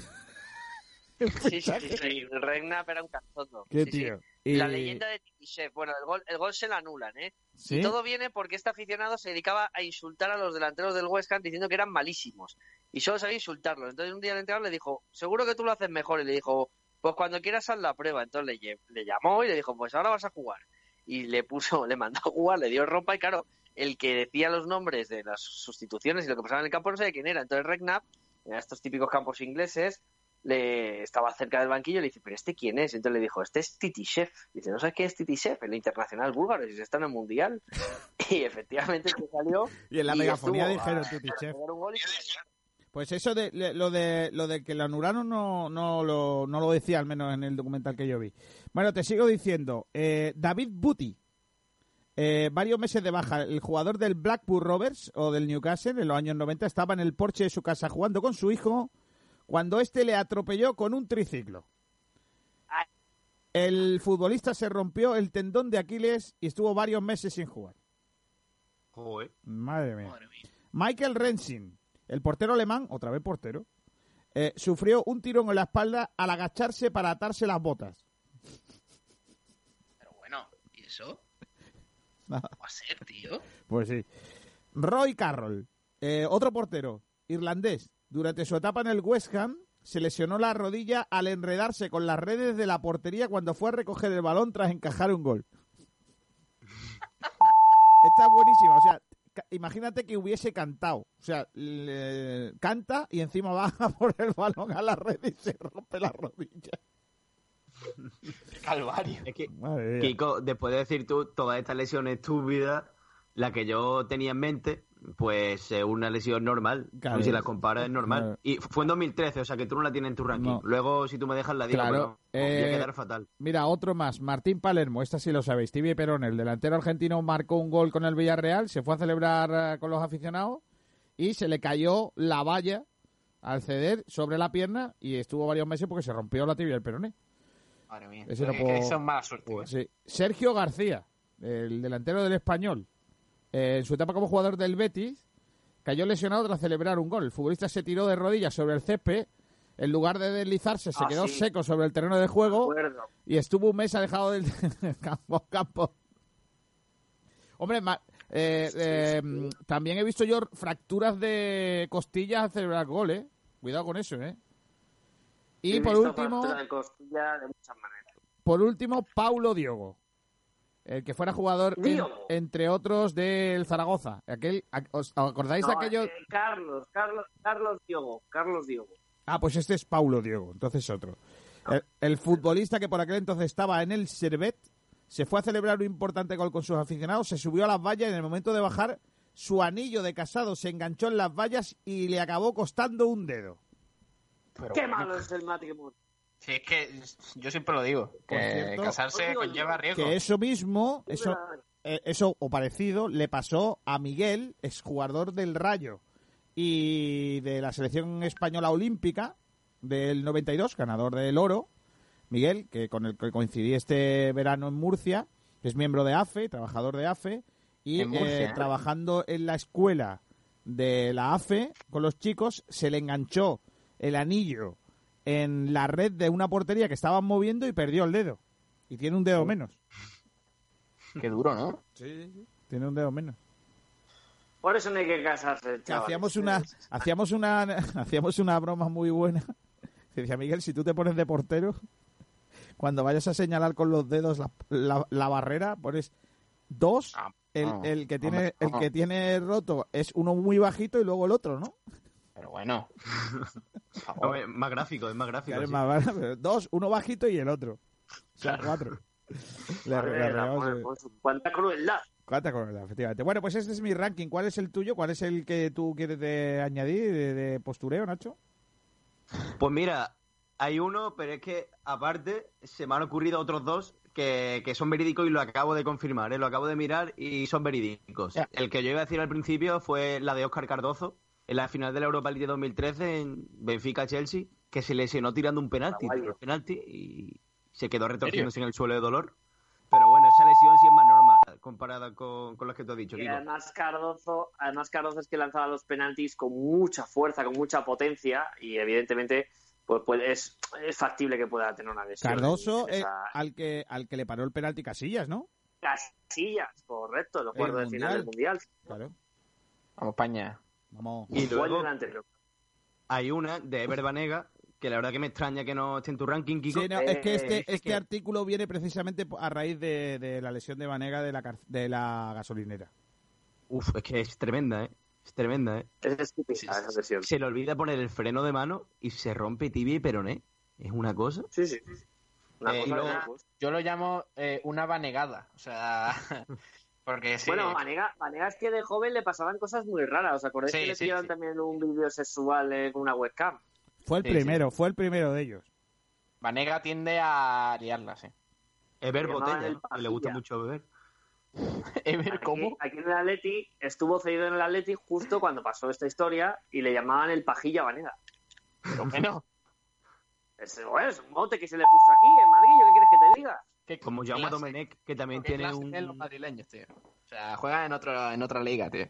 Speaker 4: Sí, sí, sí, sí. Regna era un cazondo.
Speaker 1: qué
Speaker 4: Sí, sí.
Speaker 1: tío Eh,
Speaker 4: La
Speaker 1: Y-
Speaker 4: leyenda de Titishev. Bueno, el gol, el gol se lo anulan, ¿eh?
Speaker 1: ¿sí?
Speaker 4: Todo viene porque este aficionado se dedicaba a insultar a los delanteros del West Ham diciendo que eran malísimos. Y solo sabía insultarlos. Entonces un día el entrenador le dijo, seguro que tú lo haces mejor. Y le dijo, pues cuando quieras haz la prueba. Entonces le, lle- le llamó y le dijo, pues ahora vas a jugar. Y le puso, le mandó a jugar, le dio ropa y claro, el que decía los nombres de las sustituciones y lo que pasaba en el campo no sabía quién era. Entonces Regnap, en estos típicos campos ingleses, le estaba cerca del banquillo y le dice, pero este quién es? Entonces le dijo, este es Titishev. Dice, ¿no sabes qué es Titishev? El internacional búlgaro, si se está en el mundial. Y efectivamente se salió.
Speaker 1: y en la
Speaker 4: y
Speaker 1: megafonía
Speaker 4: estuvo-
Speaker 1: dijeron
Speaker 4: ah,
Speaker 1: Titi
Speaker 4: para
Speaker 1: Chef
Speaker 4: pegar un gol y-
Speaker 1: pues eso de le- lo de lo de que lo anularon no no lo, no lo decía al menos en el documental que yo vi bueno te sigo diciendo eh, David Buti Eh, varios meses de baja. El jugador del Blackpool Rovers o del Newcastle en los años 90 estaba en el porche de su casa jugando con su hijo cuando este le atropelló con un triciclo. El futbolista se rompió el tendón de Aquiles y estuvo varios meses sin jugar.
Speaker 3: Joder.
Speaker 1: Madre mía.
Speaker 2: Madre mía.
Speaker 1: Michael Rensing, el portero alemán, otra vez portero, eh, sufrió un tirón en la espalda al agacharse para atarse las botas.
Speaker 2: Pero bueno, ¿y eso?
Speaker 1: Nada.
Speaker 2: ¿Cómo va a ser, tío?
Speaker 1: Pues sí. Roy Carroll, eh, otro portero irlandés, durante su etapa en el West Ham se lesionó la rodilla al enredarse con las redes de la portería cuando fue a recoger el balón tras encajar un gol. Está buenísima, o sea, ca- imagínate que hubiese cantado, o sea, le- canta y encima baja por el balón a la red y se rompe la rodilla.
Speaker 2: Calvario.
Speaker 3: Es que,
Speaker 1: Madre mía.
Speaker 3: Kiko, después de decir tú todas estas lesiones estúpidas, la que yo tenía en mente, pues es una lesión normal.
Speaker 1: Claro.
Speaker 3: si la comparas es normal.
Speaker 1: Claro.
Speaker 3: Y fue en 2013, o sea que tú no la tienes en tu ranking.
Speaker 1: No.
Speaker 3: Luego, si tú me dejas, la digo.
Speaker 1: Claro,
Speaker 3: pero no, voy
Speaker 1: eh,
Speaker 3: a quedar fatal.
Speaker 1: Mira, otro más. Martín Palermo, esta sí lo sabéis. Tibia Perón, el delantero argentino, marcó un gol con el Villarreal, se fue a celebrar eh, con los aficionados y se le cayó la valla al ceder sobre la pierna y estuvo varios meses porque se rompió la tibia del peroné.
Speaker 2: Madre mía.
Speaker 1: Ese no
Speaker 2: Eh,
Speaker 1: puedo-
Speaker 2: que Eso es mala suerte.
Speaker 1: Sí. Sergio García, el delantero del español, eh, en su etapa como jugador del Betis, cayó lesionado tras celebrar un gol. El futbolista se tiró de rodillas sobre el césped, en lugar de deslizarse se
Speaker 4: Ah,
Speaker 1: quedó
Speaker 4: sí.
Speaker 1: seco sobre el terreno de juego
Speaker 4: acuerdo.
Speaker 1: y estuvo un mes alejado del campo. campo. Hombre, ma- eh, eh, mm, también he visto yo fracturas de costillas al celebrar goles. Cuidado con eso, ¿eh? Y
Speaker 4: He
Speaker 1: por
Speaker 4: visto
Speaker 1: último,
Speaker 4: fractura de costilla de muchas maneras.
Speaker 1: por último, Paulo Diogo, el que fuera jugador, en-
Speaker 4: Diogo.
Speaker 1: entre otros, del Zaragoza. Aquel, a- ¿Os acordáis de
Speaker 4: No,
Speaker 1: aquello?
Speaker 4: eh, Carlos, Carlos, Carlos Diogo, Carlos Diogo.
Speaker 1: Ah, pues este es Paulo Diego, entonces otro. El, el futbolista que por aquel entonces estaba en el Servet se fue a celebrar un importante gol con sus aficionados, se subió a las vallas y en el momento de bajar su anillo de casado se enganchó en las vallas y le acabó costando un dedo.
Speaker 4: Qué
Speaker 2: pues,
Speaker 4: malo es el matrimonio.
Speaker 2: Sí, es que yo siempre lo digo.
Speaker 1: Por
Speaker 2: Que
Speaker 1: cierto,
Speaker 2: casarse
Speaker 4: os digo yo
Speaker 2: conlleva riesgo.
Speaker 1: Que eso mismo, eso,
Speaker 4: Una-
Speaker 1: eh, eso o parecido, le pasó a Miguel, exjugador del Rayo y de la selección española olímpica del 92, ganador del oro. Miguel, que con el que coincidí este verano en Murcia, que es miembro de AFE, trabajador de AFE, y
Speaker 2: En Murcia,
Speaker 1: eh,
Speaker 2: ¿eh?
Speaker 1: trabajando en la escuela de la AFE con los chicos, se le enganchó el anillo en la red de una portería que estaban moviendo y perdió el dedo. Y tiene un dedo
Speaker 2: Oh.
Speaker 1: menos.
Speaker 2: Qué duro, ¿no?
Speaker 1: Tiene un dedo menos.
Speaker 4: Por eso no hay que casarse,
Speaker 1: que
Speaker 4: chavales.
Speaker 1: hacíamos una
Speaker 3: ah.
Speaker 1: hacíamos una hacíamos una broma muy buena que decía Miguel si tú te pones de portero cuando vayas a señalar con los dedos la, la- la barrera pones dos
Speaker 2: Ah,
Speaker 1: el,
Speaker 2: no,
Speaker 1: el que tiene
Speaker 2: hombre,
Speaker 1: el
Speaker 2: no.
Speaker 1: que tiene roto es uno muy bajito y luego el otro no
Speaker 2: Pero bueno. Por favor.
Speaker 3: Hombre, más gráfico, es más gráfico.
Speaker 1: Claro,
Speaker 3: sí.
Speaker 1: más barato, pero dos uno bajito y el otro o sea cuatro Le-
Speaker 4: A
Speaker 1: le
Speaker 4: ver,
Speaker 1: regamos,
Speaker 4: amor,
Speaker 1: eh,
Speaker 4: por su- Cuánta crueldad.
Speaker 1: cuánta crueldad, efectivamente bueno pues este es mi ranking cuál es el tuyo cuál es el que tú quieres de- añadir de- de postureo Nacho
Speaker 3: Pues mira, hay uno, pero es que aparte se me han ocurrido otros dos que, que son verídicos y lo acabo de confirmar, ¿eh? lo acabo de mirar y son verídicos.
Speaker 1: Ya.
Speaker 3: El que yo iba a decir al principio fue la de Óscar Cardozo en la final de la Europa League de 2013 en Benfica-Chelsea, que se lesionó tirando un penalti,
Speaker 4: Caballo.
Speaker 3: penalti y se quedó retorciéndose en el suelo de dolor. Pero bueno, esa lesión sí es más normal comparada con, con las que tú has dicho.
Speaker 4: Y
Speaker 3: Kiko.
Speaker 4: además Cardozo, además Cardozo es que lanzaba los penaltis con mucha fuerza, con mucha potencia y evidentemente pues, pues es, es factible que pueda tener una lesión.
Speaker 1: Cardoso
Speaker 4: en
Speaker 1: eh,
Speaker 4: esa-
Speaker 1: al que al que le paró el penalti Casillas, ¿no?
Speaker 4: Casillas, correcto, los
Speaker 1: El
Speaker 4: cuartos de final del Mundial.
Speaker 1: Claro.
Speaker 2: Vamos, paña.
Speaker 1: Vamos.
Speaker 3: Y
Speaker 4: Igual
Speaker 3: luego-
Speaker 4: el anterior.
Speaker 3: Hay una de Ever Banega, que la verdad que me extraña que no esté en tu ranking, Kiko.
Speaker 1: Sí, no, es que
Speaker 4: eh,
Speaker 1: este,
Speaker 4: es
Speaker 1: este
Speaker 4: que-
Speaker 1: artículo viene precisamente po- a raíz de, de la lesión de Vanega de la, car- de la gasolinera.
Speaker 3: Uf, es que es tremenda, ¿eh? Es tremenda, ¿eh?
Speaker 4: Es estúpida
Speaker 2: Sí, sí,
Speaker 4: esa lesión.
Speaker 3: Se le olvida poner el freno de mano y se rompe tibia y peroné. Es una cosa.
Speaker 4: Sí, sí. Una
Speaker 2: Eh,
Speaker 4: cosa
Speaker 2: y luego-
Speaker 4: de locos.
Speaker 2: Yo lo llamo eh, una vanegada. O sea. Porque sí.
Speaker 4: Bueno, Vanega, Vanega es que de joven le pasaban cosas muy raras. ¿Os acordáis
Speaker 2: Sí,
Speaker 4: que le
Speaker 2: sí,
Speaker 4: pillaron
Speaker 2: sí.
Speaker 4: también un vídeo sexual eh, con una webcam?
Speaker 1: Fue el
Speaker 2: Sí, sí.
Speaker 1: primero, fue el primero de ellos.
Speaker 2: Vanega tiende a liarla, sí.
Speaker 3: Es ver
Speaker 4: Se llamaba
Speaker 3: botella,
Speaker 4: el
Speaker 3: ¿no? Que le gusta
Speaker 4: Pajilla.
Speaker 3: mucho beber.
Speaker 2: Ever,
Speaker 4: Aquí,
Speaker 2: ¿cómo?
Speaker 4: aquí en el Atleti estuvo cedido en el Atleti justo cuando pasó esta historia y le llamaban el pajilla Vanega. Pero bueno. Es, bueno, es un bote que se le puso aquí en Madrid, ¿yo ¿qué quieres que te diga?
Speaker 2: ¿Qué
Speaker 3: Como Jaume
Speaker 2: clase-
Speaker 3: Domenech, que también
Speaker 2: qué
Speaker 3: tiene
Speaker 2: clase
Speaker 3: un...
Speaker 2: tienen los madrileños, tío. O sea, juegan en, otro, en otra liga, tío.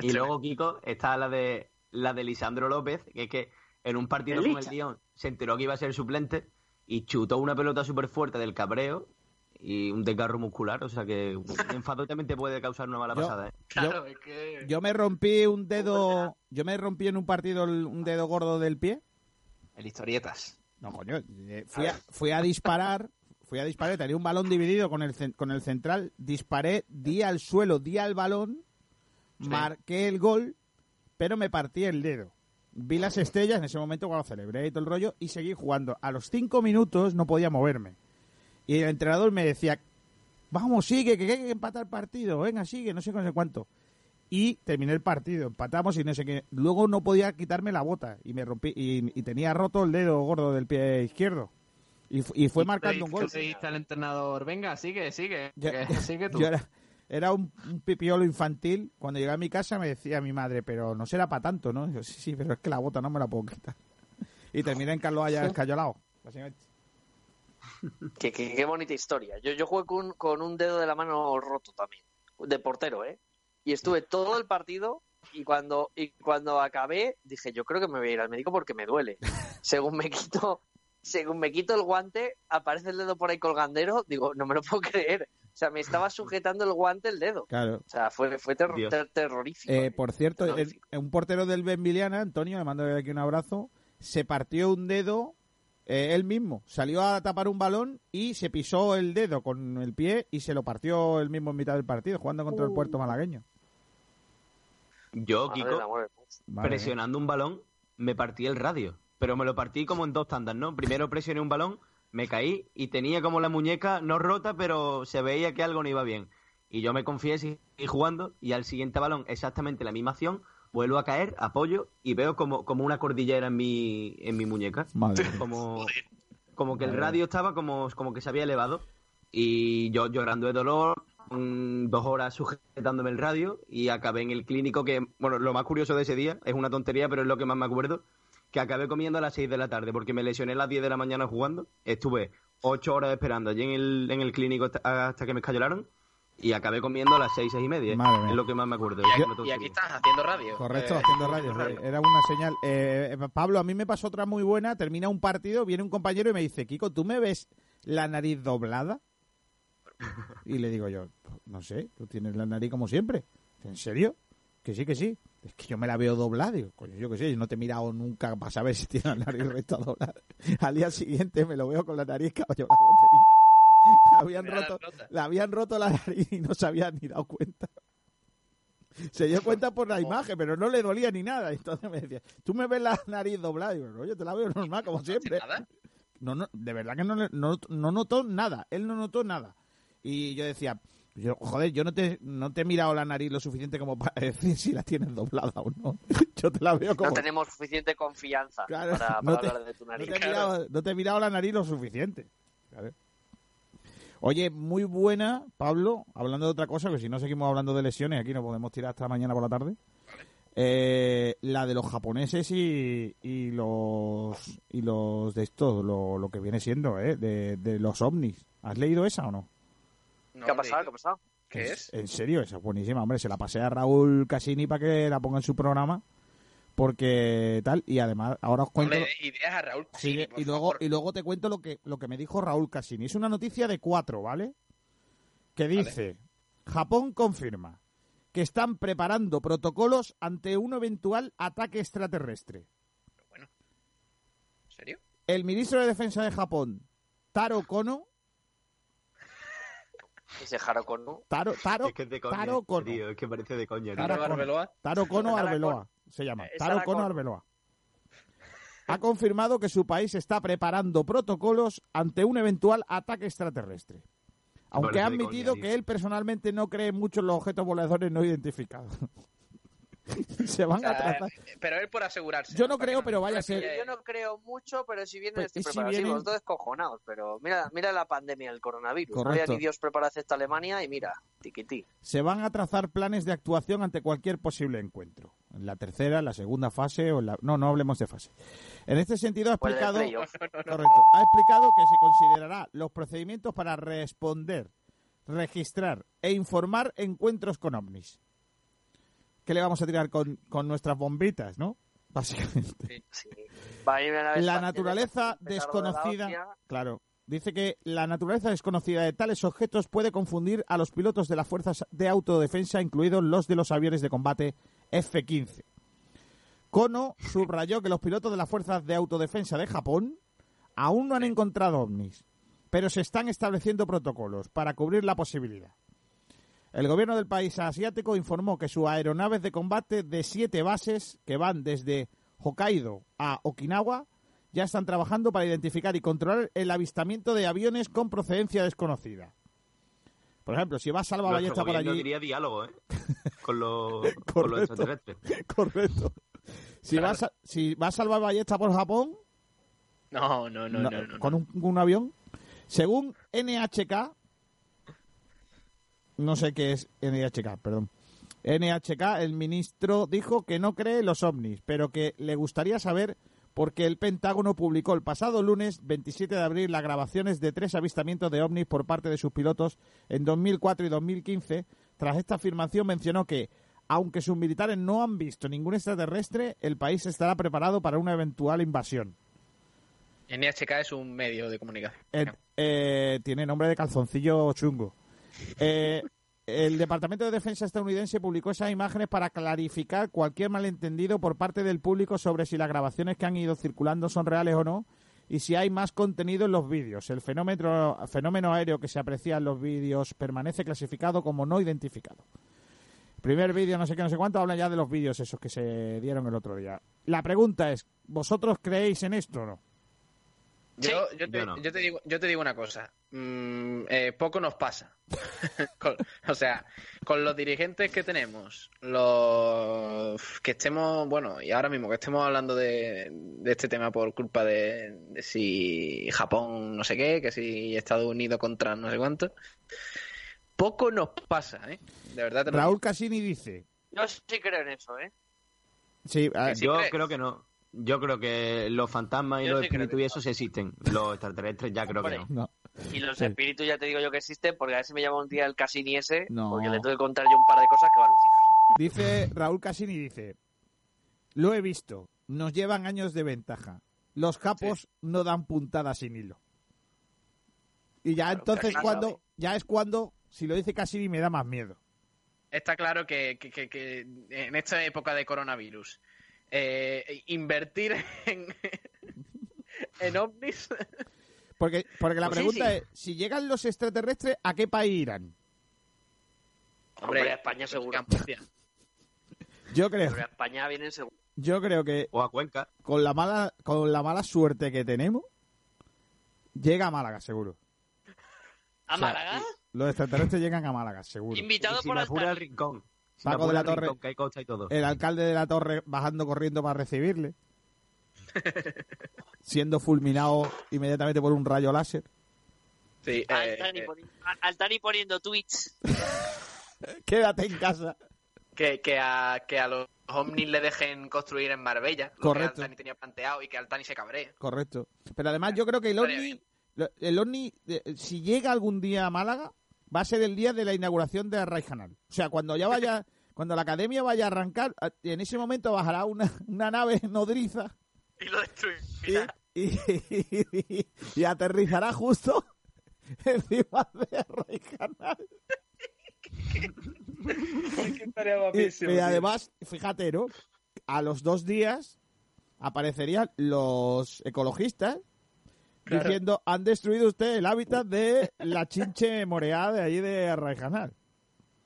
Speaker 3: Y luego, Kiko, está la de la de Lisandro López, que es que en un partido
Speaker 4: El
Speaker 3: con el
Speaker 4: Licha.
Speaker 3: Lyon se enteró que iba a ser suplente y chutó una pelota súper fuerte del cabreo y un desgarro muscular. O sea que un enfado también te puede causar una mala
Speaker 1: Yo-
Speaker 3: pasada. ¿eh?
Speaker 2: Claro, es que...
Speaker 1: Yo me rompí un dedo, yo me rompí en un partido el- un dedo gordo del pie.
Speaker 2: El historietas.
Speaker 1: No, coño, eh, fui a, fui a disparar, fui a disparar, tenía un balón dividido con el, cen- con el central, disparé, di al suelo, di al balón,
Speaker 2: Sí.
Speaker 1: marqué el gol, pero me partí el dedo. Vi las estrellas en ese momento cuando celebré y todo el rollo y seguí jugando. A los cinco minutos no podía moverme. Y el entrenador me decía, vamos, sigue, que hay que empatar partido, venga, sigue, no sé, qué, no sé cuánto. Y terminé el partido, empatamos y no sé qué. Luego no podía quitarme la bota y me rompí y, y tenía roto el dedo gordo del pie izquierdo. Y, fu- y fue marcando un gol.
Speaker 2: Le dice al entrenador, venga, sigue, sigue.
Speaker 1: Yo-
Speaker 2: que- sigue tú.
Speaker 1: Yo era, era un, un pipiolo infantil. Cuando llegué a mi casa me decía mi madre, pero no será para tanto, ¿no? Y yo, sí, sí, pero es que la bota no me la puedo quitar. Y terminé en Carlos Haya escayolado. básicamente.
Speaker 4: Qué, qué- qué bonita historia. Yo, yo jugué con, con un dedo de la mano roto también, de portero, ¿eh? Y estuve todo el partido y cuando, y cuando acabé dije, yo creo que me voy a ir al médico porque me duele. Según me quito, según me quito el guante, aparece el dedo por ahí colgandero, digo, no me lo puedo creer. O sea, me estaba sujetando el guante el dedo.
Speaker 1: Claro.
Speaker 4: O sea, fue, fue terro-
Speaker 3: Dios.
Speaker 4: ter- terrorífico.
Speaker 1: Eh, por cierto,
Speaker 4: No,
Speaker 1: el- un portero del Benviliana, Antonio, le mando aquí un abrazo, se partió un dedo eh, él mismo. Salió a tapar un balón y se pisó el dedo con el pie y se lo partió él mismo en mitad del partido, jugando contra el puerto malagueño.
Speaker 3: Yo,
Speaker 4: Madre pues. del
Speaker 3: Kiko,
Speaker 4: amor hermoso.
Speaker 1: Madre mía.
Speaker 3: presionando un balón, me partí el radio. Pero me lo partí como en dos tandas, ¿no? Primero presioné un balón, me caí y tenía como la muñeca no rota, pero se veía que algo no iba bien. Y yo me confié, seguí jugando y al siguiente balón, exactamente la misma acción, vuelvo a caer, apoyo y veo como, como una cordillera en mi, en mi muñeca.
Speaker 1: Madre mía.
Speaker 3: Como, como que el
Speaker 1: Madre.
Speaker 3: radio estaba como, como que se había elevado. Y yo llorando de dolor, mm, dos horas sujetándome el radio y acabé en el clínico que, bueno, lo más curioso de ese día, es una tontería, pero es lo que más me acuerdo, que acabé comiendo a las 6 de la tarde porque me lesioné a las 10 de la mañana jugando. Estuve ocho horas esperando allí en el, en el clínico hasta, hasta que me escayolaron y acabé comiendo a las 6, 6 y media.
Speaker 1: Madre mía.
Speaker 3: Es lo que más me acuerdo.
Speaker 2: Y
Speaker 3: es
Speaker 2: aquí, y
Speaker 3: una
Speaker 2: aquí
Speaker 3: tontería.
Speaker 2: estás haciendo radio.
Speaker 1: Correcto,
Speaker 2: Eh,
Speaker 1: haciendo radio. eh, Era una señal. Eh, eh, Pablo, a mí me pasó otra muy buena. Termina un partido, viene un compañero y me dice, Kiko, ¿tú me ves la nariz doblada? Y le digo yo, no sé, tú tienes la nariz como siempre. ¿En serio? Que sí, que sí. Es que yo me la veo doblada. Digo, coño, yo que sé, yo no te he mirado nunca para saber si tiene la nariz recta o doblada. Al día siguiente me lo veo con la nariz caballolada. Habían
Speaker 2: Mira la
Speaker 1: roto,
Speaker 2: nota.
Speaker 1: le habían roto la nariz y no se había ni dado cuenta. Se dio cuenta por la imagen, pero no le dolía ni nada. Entonces me decía, tú me ves la nariz doblada. Digo, oye, te la veo normal, como siempre.
Speaker 2: nada?
Speaker 1: No, no, de verdad que no, le- no, no notó nada. Él no notó nada. Y yo decía, yo, joder, yo no te, no te he mirado la nariz lo suficiente como para decir si la tienes doblada o no. Yo te la veo como...
Speaker 4: No tenemos suficiente confianza
Speaker 1: Claro,
Speaker 4: para,
Speaker 1: no
Speaker 4: para
Speaker 1: te-
Speaker 4: hablar de tu nariz.
Speaker 1: No te, he mirado, no te he mirado la nariz lo suficiente. ¿sabes? Oye, muy buena, Pablo, hablando de otra cosa, que si no seguimos hablando de lesiones, aquí nos podemos tirar hasta mañana por la tarde. Eh, la de los japoneses y, y los y los de estos, lo, lo que viene siendo, ¿eh? de, de los ovnis. ¿Has leído esa o no?
Speaker 2: No,
Speaker 4: ¿Qué ha
Speaker 2: hombre,
Speaker 4: pasado? ¿Qué ha pasado?
Speaker 2: ¿Qué es?
Speaker 1: En serio, esa es buenísima, hombre. Se la pasé a Raúl Cassini para que la ponga en su programa. Porque tal, y además, ahora os cuento.
Speaker 2: Hombre, ideas a Raúl.
Speaker 1: Sí,
Speaker 2: Cini,
Speaker 1: que-
Speaker 2: por
Speaker 1: y luego
Speaker 2: favor.
Speaker 1: y luego te cuento lo que lo que me dijo Raúl Cassini. Es una noticia de cuatro, ¿vale? Que dice: Japón confirma que están preparando protocolos ante un eventual ataque extraterrestre.
Speaker 2: ¿En serio?
Speaker 1: El ministro de Defensa de Japón, Taro Kono,
Speaker 4: Ese Jaro con un-
Speaker 1: Taro Taro
Speaker 3: Es que es de coña,
Speaker 1: Taro Kono.
Speaker 3: tío, es que parece de coña. tío.
Speaker 1: Taro
Speaker 2: Álvaro
Speaker 1: Kono.
Speaker 2: Arbeloa.
Speaker 1: Taro Kono
Speaker 4: Tara
Speaker 1: Arbeloa se llama.
Speaker 4: Es
Speaker 1: Taro
Speaker 4: Tara
Speaker 1: Kono
Speaker 4: Kono.
Speaker 1: Arbeloa. Ha confirmado que su país está preparando protocolos ante un eventual ataque extraterrestre. Aunque ha
Speaker 3: Parece de
Speaker 1: admitido
Speaker 3: coña,
Speaker 1: que
Speaker 3: tío.
Speaker 1: él personalmente no cree mucho en los objetos voladores no identificados. Se van
Speaker 2: O sea,
Speaker 1: a trazar.
Speaker 2: pero él por asegurarse.
Speaker 1: Yo no
Speaker 2: Para que
Speaker 1: creo, pero vaya a ser-
Speaker 2: Eh,
Speaker 4: Yo no creo mucho, pero si vienen
Speaker 1: Pues,
Speaker 4: estoy
Speaker 1: ¿y si
Speaker 4: preparado. Sí,
Speaker 1: vienen?
Speaker 4: los dos descojonados, pero mira, mira la pandemia del coronavirus. No
Speaker 1: Correcto.
Speaker 4: había ni Dios preparado esta Alemania y mira, tiquití.
Speaker 1: Se van a trazar planes de actuación ante cualquier posible encuentro. En la tercera, en la segunda fase o en la... No, no hablemos de fase. En este sentido ha
Speaker 4: Pues del
Speaker 1: explicado...
Speaker 4: playoff.
Speaker 1: Correcto. Ha explicado que se considerará los procedimientos para responder, registrar e informar encuentros con ovnis. ¿Qué le vamos a tirar con, con nuestras bombitas, no? Básicamente.
Speaker 4: Sí. Va a ir una nave
Speaker 1: La
Speaker 4: espacial,
Speaker 1: naturaleza
Speaker 4: un petardo de la
Speaker 1: desconocida.
Speaker 4: hostia.
Speaker 1: Claro. Dice que la naturaleza desconocida de tales objetos puede confundir a los pilotos de las fuerzas de autodefensa, incluidos los de los aviones de combate F-15. Kono subrayó que los pilotos de las fuerzas de autodefensa de Japón aún no han encontrado ovnis, pero se están estableciendo protocolos para cubrir la posibilidad. El gobierno del país asiático informó que sus aeronaves de combate de siete bases, que van desde Hokkaido a Okinawa, ya están trabajando para identificar y controlar el avistamiento de aviones con procedencia desconocida. Por ejemplo, si va Salva Ballesta
Speaker 3: Nuestro
Speaker 1: por
Speaker 3: gobierno
Speaker 1: allí...
Speaker 3: diría diálogo, ¿eh? Con los, con los
Speaker 1: Correcto.
Speaker 3: extraterrestres.
Speaker 1: Correcto. Si,
Speaker 2: Claro.
Speaker 1: va, Sa- si va Salva Ballesta por Japón,
Speaker 2: No, no, no,
Speaker 1: no,
Speaker 2: no. no,
Speaker 1: con un, un avión. Según NHK, no sé qué es NHK, perdón. NHK, el ministro dijo que no cree en los ovnis, pero que le gustaría saber porque el Pentágono publicó el pasado lunes 27 de abril las grabaciones de tres avistamientos de ovnis por parte de sus pilotos en 2004 y 2015. Tras esta afirmación mencionó que, aunque sus militares no han visto ningún extraterrestre, el país estará preparado para una eventual invasión.
Speaker 2: NHK es un medio de comunicación.
Speaker 1: Eh, eh, tiene nombre de calzoncillo chungo. Eh, el Departamento de Defensa estadounidense publicó esas imágenes para clarificar cualquier malentendido por parte del público sobre si las grabaciones que han ido circulando son reales o no y si hay más contenido en los vídeos. El fenómeno, fenómeno aéreo que se aprecia en los vídeos permanece clasificado como no identificado. Primer vídeo, no sé qué, no sé cuánto, habla ya de los vídeos esos que se dieron el otro día. La pregunta es, ¿vosotros creéis en esto o no?
Speaker 2: Yo, yo, te,
Speaker 3: yo no.
Speaker 2: yo te digo, yo te digo una cosa. Mm, eh, poco nos pasa. Con- o sea, con los dirigentes que tenemos, los que estemos, bueno, y ahora mismo que estemos hablando de, de este tema por culpa de, de si Japón no sé qué, que si Estados Unidos contra no sé cuánto, poco nos pasa, ¿eh? De verdad. Te lo
Speaker 1: Raúl Cassini dice...
Speaker 4: Yo sí creo en eso, ¿eh.
Speaker 1: Sí, a-
Speaker 2: Que sí.
Speaker 3: Yo
Speaker 2: crees?
Speaker 3: creo que no. Yo creo que los fantasmas y
Speaker 2: Yo
Speaker 3: los
Speaker 2: sí creo
Speaker 3: espíritus
Speaker 2: que
Speaker 3: y eso sí existen. Los extraterrestres ya creo que no.
Speaker 4: Hombre.
Speaker 1: no.
Speaker 4: Y los
Speaker 1: Sí.
Speaker 4: espíritus ya te digo yo que existen, porque a ver si me llama un día el Cassini ese,
Speaker 1: No.
Speaker 4: porque le tengo que contar yo un par de cosas que van a decir.
Speaker 1: Dice Raúl Cassini, dice, lo he visto, nos llevan años de ventaja. Los capos no dan puntada sin hilo. Y ya
Speaker 2: Claro,
Speaker 1: entonces
Speaker 2: Cassini
Speaker 1: cuando,
Speaker 4: sabe.
Speaker 1: ya es cuando, si lo dice Cassini me da más miedo.
Speaker 2: Está claro que, que- que- que en esta época de coronavirus, eh, invertir en, en ovnis.
Speaker 1: Porque, porque la
Speaker 2: Pues sí,
Speaker 1: pregunta
Speaker 2: sí.
Speaker 1: es, si llegan los extraterrestres, ¿a qué país irán?
Speaker 4: Hombre, a España seguro.
Speaker 2: Camboya.
Speaker 1: Yo creo,
Speaker 4: Pero a España vienen seguro.
Speaker 1: yo creo que
Speaker 3: O a Cuenca.
Speaker 1: con la mala, con la mala suerte que tenemos, llega a Málaga, seguro.
Speaker 4: ¿A
Speaker 1: O sea,
Speaker 4: Málaga?
Speaker 1: Los extraterrestres llegan a Málaga, seguro.
Speaker 4: Invitado
Speaker 3: Y si
Speaker 4: por
Speaker 3: me apura
Speaker 4: Altar.
Speaker 3: el rincón. Si
Speaker 1: Paco
Speaker 3: me apura
Speaker 1: de la
Speaker 3: el
Speaker 1: Torre.
Speaker 3: rincón, que hay costa y todo.
Speaker 1: el alcalde de la torre bajando corriendo para recibirle, siendo fulminado inmediatamente por un rayo láser.
Speaker 2: Sí, eh,
Speaker 4: Altani,
Speaker 2: eh,
Speaker 4: poni- a- Altani poniendo tweets.
Speaker 1: Quédate en casa.
Speaker 2: que, que a, que a los ovnis le dejen construir en Marbella. lo que
Speaker 1: Correcto.
Speaker 2: Altani tenía planteado y que Altani se cabree.
Speaker 1: Correcto. Pero además yo creo que el
Speaker 2: Estaría
Speaker 1: OVNI, lo- el OVNI, eh, si llega algún día a Málaga, va a ser el día de la inauguración de Arraijanal. O sea, cuando ya vaya, cuando la academia vaya a arrancar, a- en ese momento bajará una, una nave nodriza
Speaker 2: Y lo destruirá.
Speaker 1: y, y- y aterrizará justo encima de Arraijanal. Y, y además, fíjate, ¿no? A los dos días aparecerían los ecologistas
Speaker 2: Claro.
Speaker 1: diciendo han destruido usted el hábitat de la chinche moreada de allí de Arraijanal.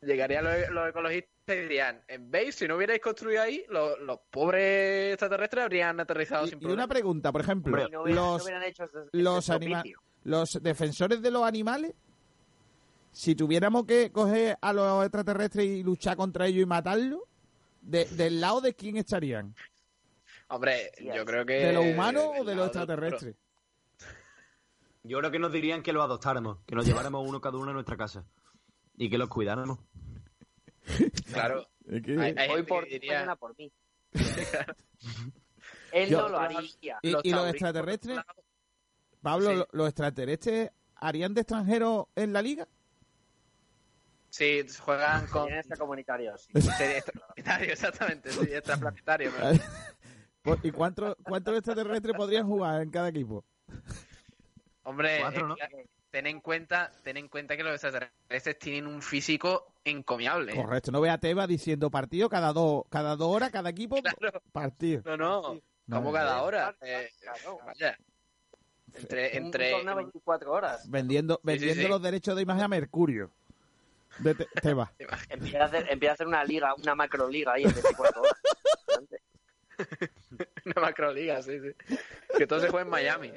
Speaker 2: Llegarían los, los ecologistas y dirían: eh, ¿Veis? Si no hubierais construido ahí, los, los pobres extraterrestres habrían aterrizado sin
Speaker 1: Y, y una
Speaker 2: problema.
Speaker 1: pregunta, por ejemplo,
Speaker 3: Hombre,
Speaker 4: No hubieran, no
Speaker 1: los,
Speaker 4: hubieran hecho ese-
Speaker 1: los
Speaker 4: ese
Speaker 1: anima-
Speaker 4: suplicio.
Speaker 1: los defensores de los animales, si tuviéramos que coger a los extraterrestres y luchar contra ellos y matarlos, de- ¿del lado de quién estarían?
Speaker 2: Hombre, yo creo que.
Speaker 1: ¿De los humanos o
Speaker 2: Eh,
Speaker 1: de los
Speaker 2: del lado del otro.
Speaker 1: extraterrestres?
Speaker 3: Yo creo que nos dirían que lo adoptáramos, que nos lleváramos uno cada uno a nuestra casa. Y que los cuidáramos.
Speaker 2: Claro,
Speaker 5: Es que-
Speaker 2: Ay, ay. Hay
Speaker 4: Hoy
Speaker 2: gente
Speaker 4: por
Speaker 2: que
Speaker 4: ti,
Speaker 2: diría-
Speaker 4: mañana por mí. Él
Speaker 1: Yo-
Speaker 4: no lo haría.
Speaker 1: ¿Y- y los
Speaker 2: taurinos,
Speaker 1: extraterrestres?
Speaker 2: por otro lado,
Speaker 1: Pablo,
Speaker 2: Sí.
Speaker 1: ¿lo- ¿los extraterrestres harían de extranjero en la liga?
Speaker 2: Sí, juegan con.
Speaker 4: Tienen este comunitario, sí.
Speaker 2: Sería extraplanetario, exactamente. Sería extraplanetario. ¿no?
Speaker 1: Ah, Pues, ¿Y cuánto- cuántos extraterrestres podrían jugar en cada equipo?
Speaker 2: Hombre,
Speaker 3: Cuatro, ¿no?
Speaker 2: eh, ten, en cuenta, ten en cuenta que los extraterrestres tienen un físico encomiable. ¿eh?
Speaker 1: Correcto, no ve a Teba diciendo partido cada dos cada dos horas, cada equipo,
Speaker 2: Claro.
Speaker 1: partido.
Speaker 2: No, no.
Speaker 1: No,
Speaker 2: como
Speaker 1: no.
Speaker 2: cada hora.
Speaker 4: Claro,
Speaker 2: eh,
Speaker 4: claro.
Speaker 2: vaya. Entre. entre
Speaker 4: Un torneo 24 horas.
Speaker 1: Vendiendo,
Speaker 2: sí,
Speaker 1: vendiendo
Speaker 2: sí.
Speaker 1: los derechos de imagen a Mercurio. De Te- Teba.
Speaker 4: Empieza a, hacer, empieza a hacer una liga, una macroliga ahí en 24 horas.
Speaker 2: una macroliga, sí, sí. Que todo se juega en Miami.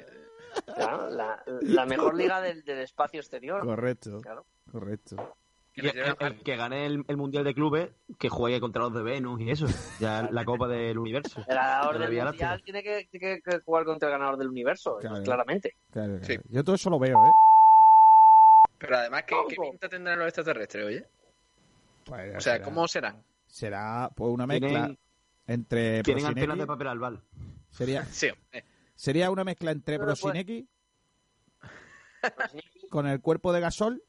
Speaker 4: Claro, la, la mejor liga del, del espacio exterior.
Speaker 1: Correcto,
Speaker 4: Claro.
Speaker 1: correcto.
Speaker 2: Que
Speaker 3: Y
Speaker 2: nos
Speaker 3: el,
Speaker 1: eh,
Speaker 2: lleven
Speaker 3: el que gane el, el Mundial de Clubes, que juegue contra los de Venus y eso. Ya la Copa del Universo.
Speaker 4: El ganador
Speaker 3: Pero
Speaker 4: del
Speaker 3: había
Speaker 4: mundial
Speaker 3: lástima.
Speaker 4: tiene que, que- que jugar contra el ganador del universo,
Speaker 1: Claro.
Speaker 4: eso claramente.
Speaker 1: Claro, claro.
Speaker 2: Sí.
Speaker 1: Yo todo eso lo veo, ¿eh?
Speaker 2: Pero además, ¿qué, qué
Speaker 4: Ojo.
Speaker 2: pinta tendrán los extraterrestres, oye?
Speaker 1: Pues
Speaker 2: O sea,
Speaker 1: será-
Speaker 2: ¿cómo serán?
Speaker 1: Será pues, una mezcla
Speaker 3: Tienen,
Speaker 1: entre
Speaker 3: tienen
Speaker 1: Prosinecki-
Speaker 3: antenas de papel albal.
Speaker 1: sería,
Speaker 2: Sí, hombre.
Speaker 1: sería una mezcla entre
Speaker 4: Pero, pues-
Speaker 1: Prosineki con el cuerpo de Gasol,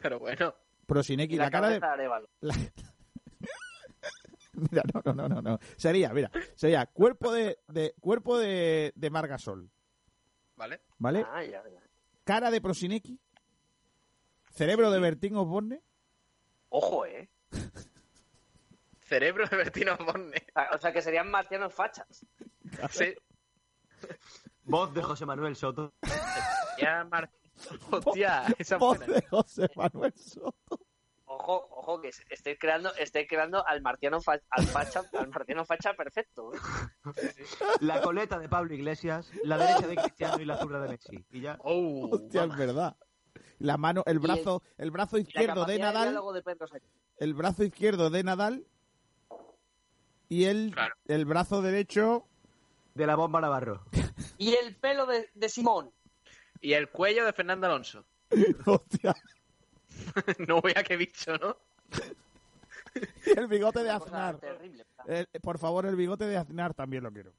Speaker 2: pero bueno.
Speaker 1: Prosineki
Speaker 4: Y
Speaker 1: la,
Speaker 4: la,
Speaker 1: cara de...
Speaker 4: cabeza de Arévalo.
Speaker 1: Mira, no, no, no, no, no. Sería, mira, sería cuerpo de, de cuerpo de, de Mar Gasol,
Speaker 2: ¿Vale?
Speaker 1: ¿vale?
Speaker 4: Ah, ya, ya.
Speaker 1: Cara de Prosineki, cerebro de Bertín Osborne,
Speaker 4: Ojo, ¿eh?
Speaker 2: Cerebro de Bertino Borne.
Speaker 4: Ah, O sea, que serían marcianos fachas.
Speaker 2: Sí.
Speaker 3: Voz de José Manuel Soto.
Speaker 2: Ya, Mar... Hostia, esa es
Speaker 1: voz
Speaker 2: buena.
Speaker 1: de José Manuel Soto.
Speaker 4: Ojo, ojo, que esté creando, esté creando al marciano, fa- al, facha, al marciano facha perfecto. ¿eh?
Speaker 3: La coleta de Pablo Iglesias, la derecha de Cristiano y la zurda de Messi. Y ya.
Speaker 2: Oh,
Speaker 1: Hostia, es verdad. La mano, el brazo, el brazo
Speaker 4: Y la
Speaker 1: izquierdo
Speaker 4: capacidad
Speaker 1: de
Speaker 4: de
Speaker 1: Nadal.
Speaker 4: diálogo de Pedro Sánchez.
Speaker 1: el brazo izquierdo de Nadal y el,
Speaker 2: Claro.
Speaker 1: el brazo derecho.
Speaker 3: De la bomba Navarro.
Speaker 4: Y el pelo de, de Simón.
Speaker 2: Y el cuello de Fernando Alonso.
Speaker 1: Hostia,
Speaker 2: no vea qué bicho, ¿no?
Speaker 1: y el bigote de
Speaker 4: Una cosa
Speaker 1: Aznar.
Speaker 4: Terrible.
Speaker 1: Eh, por favor, el bigote de Aznar también lo quiero.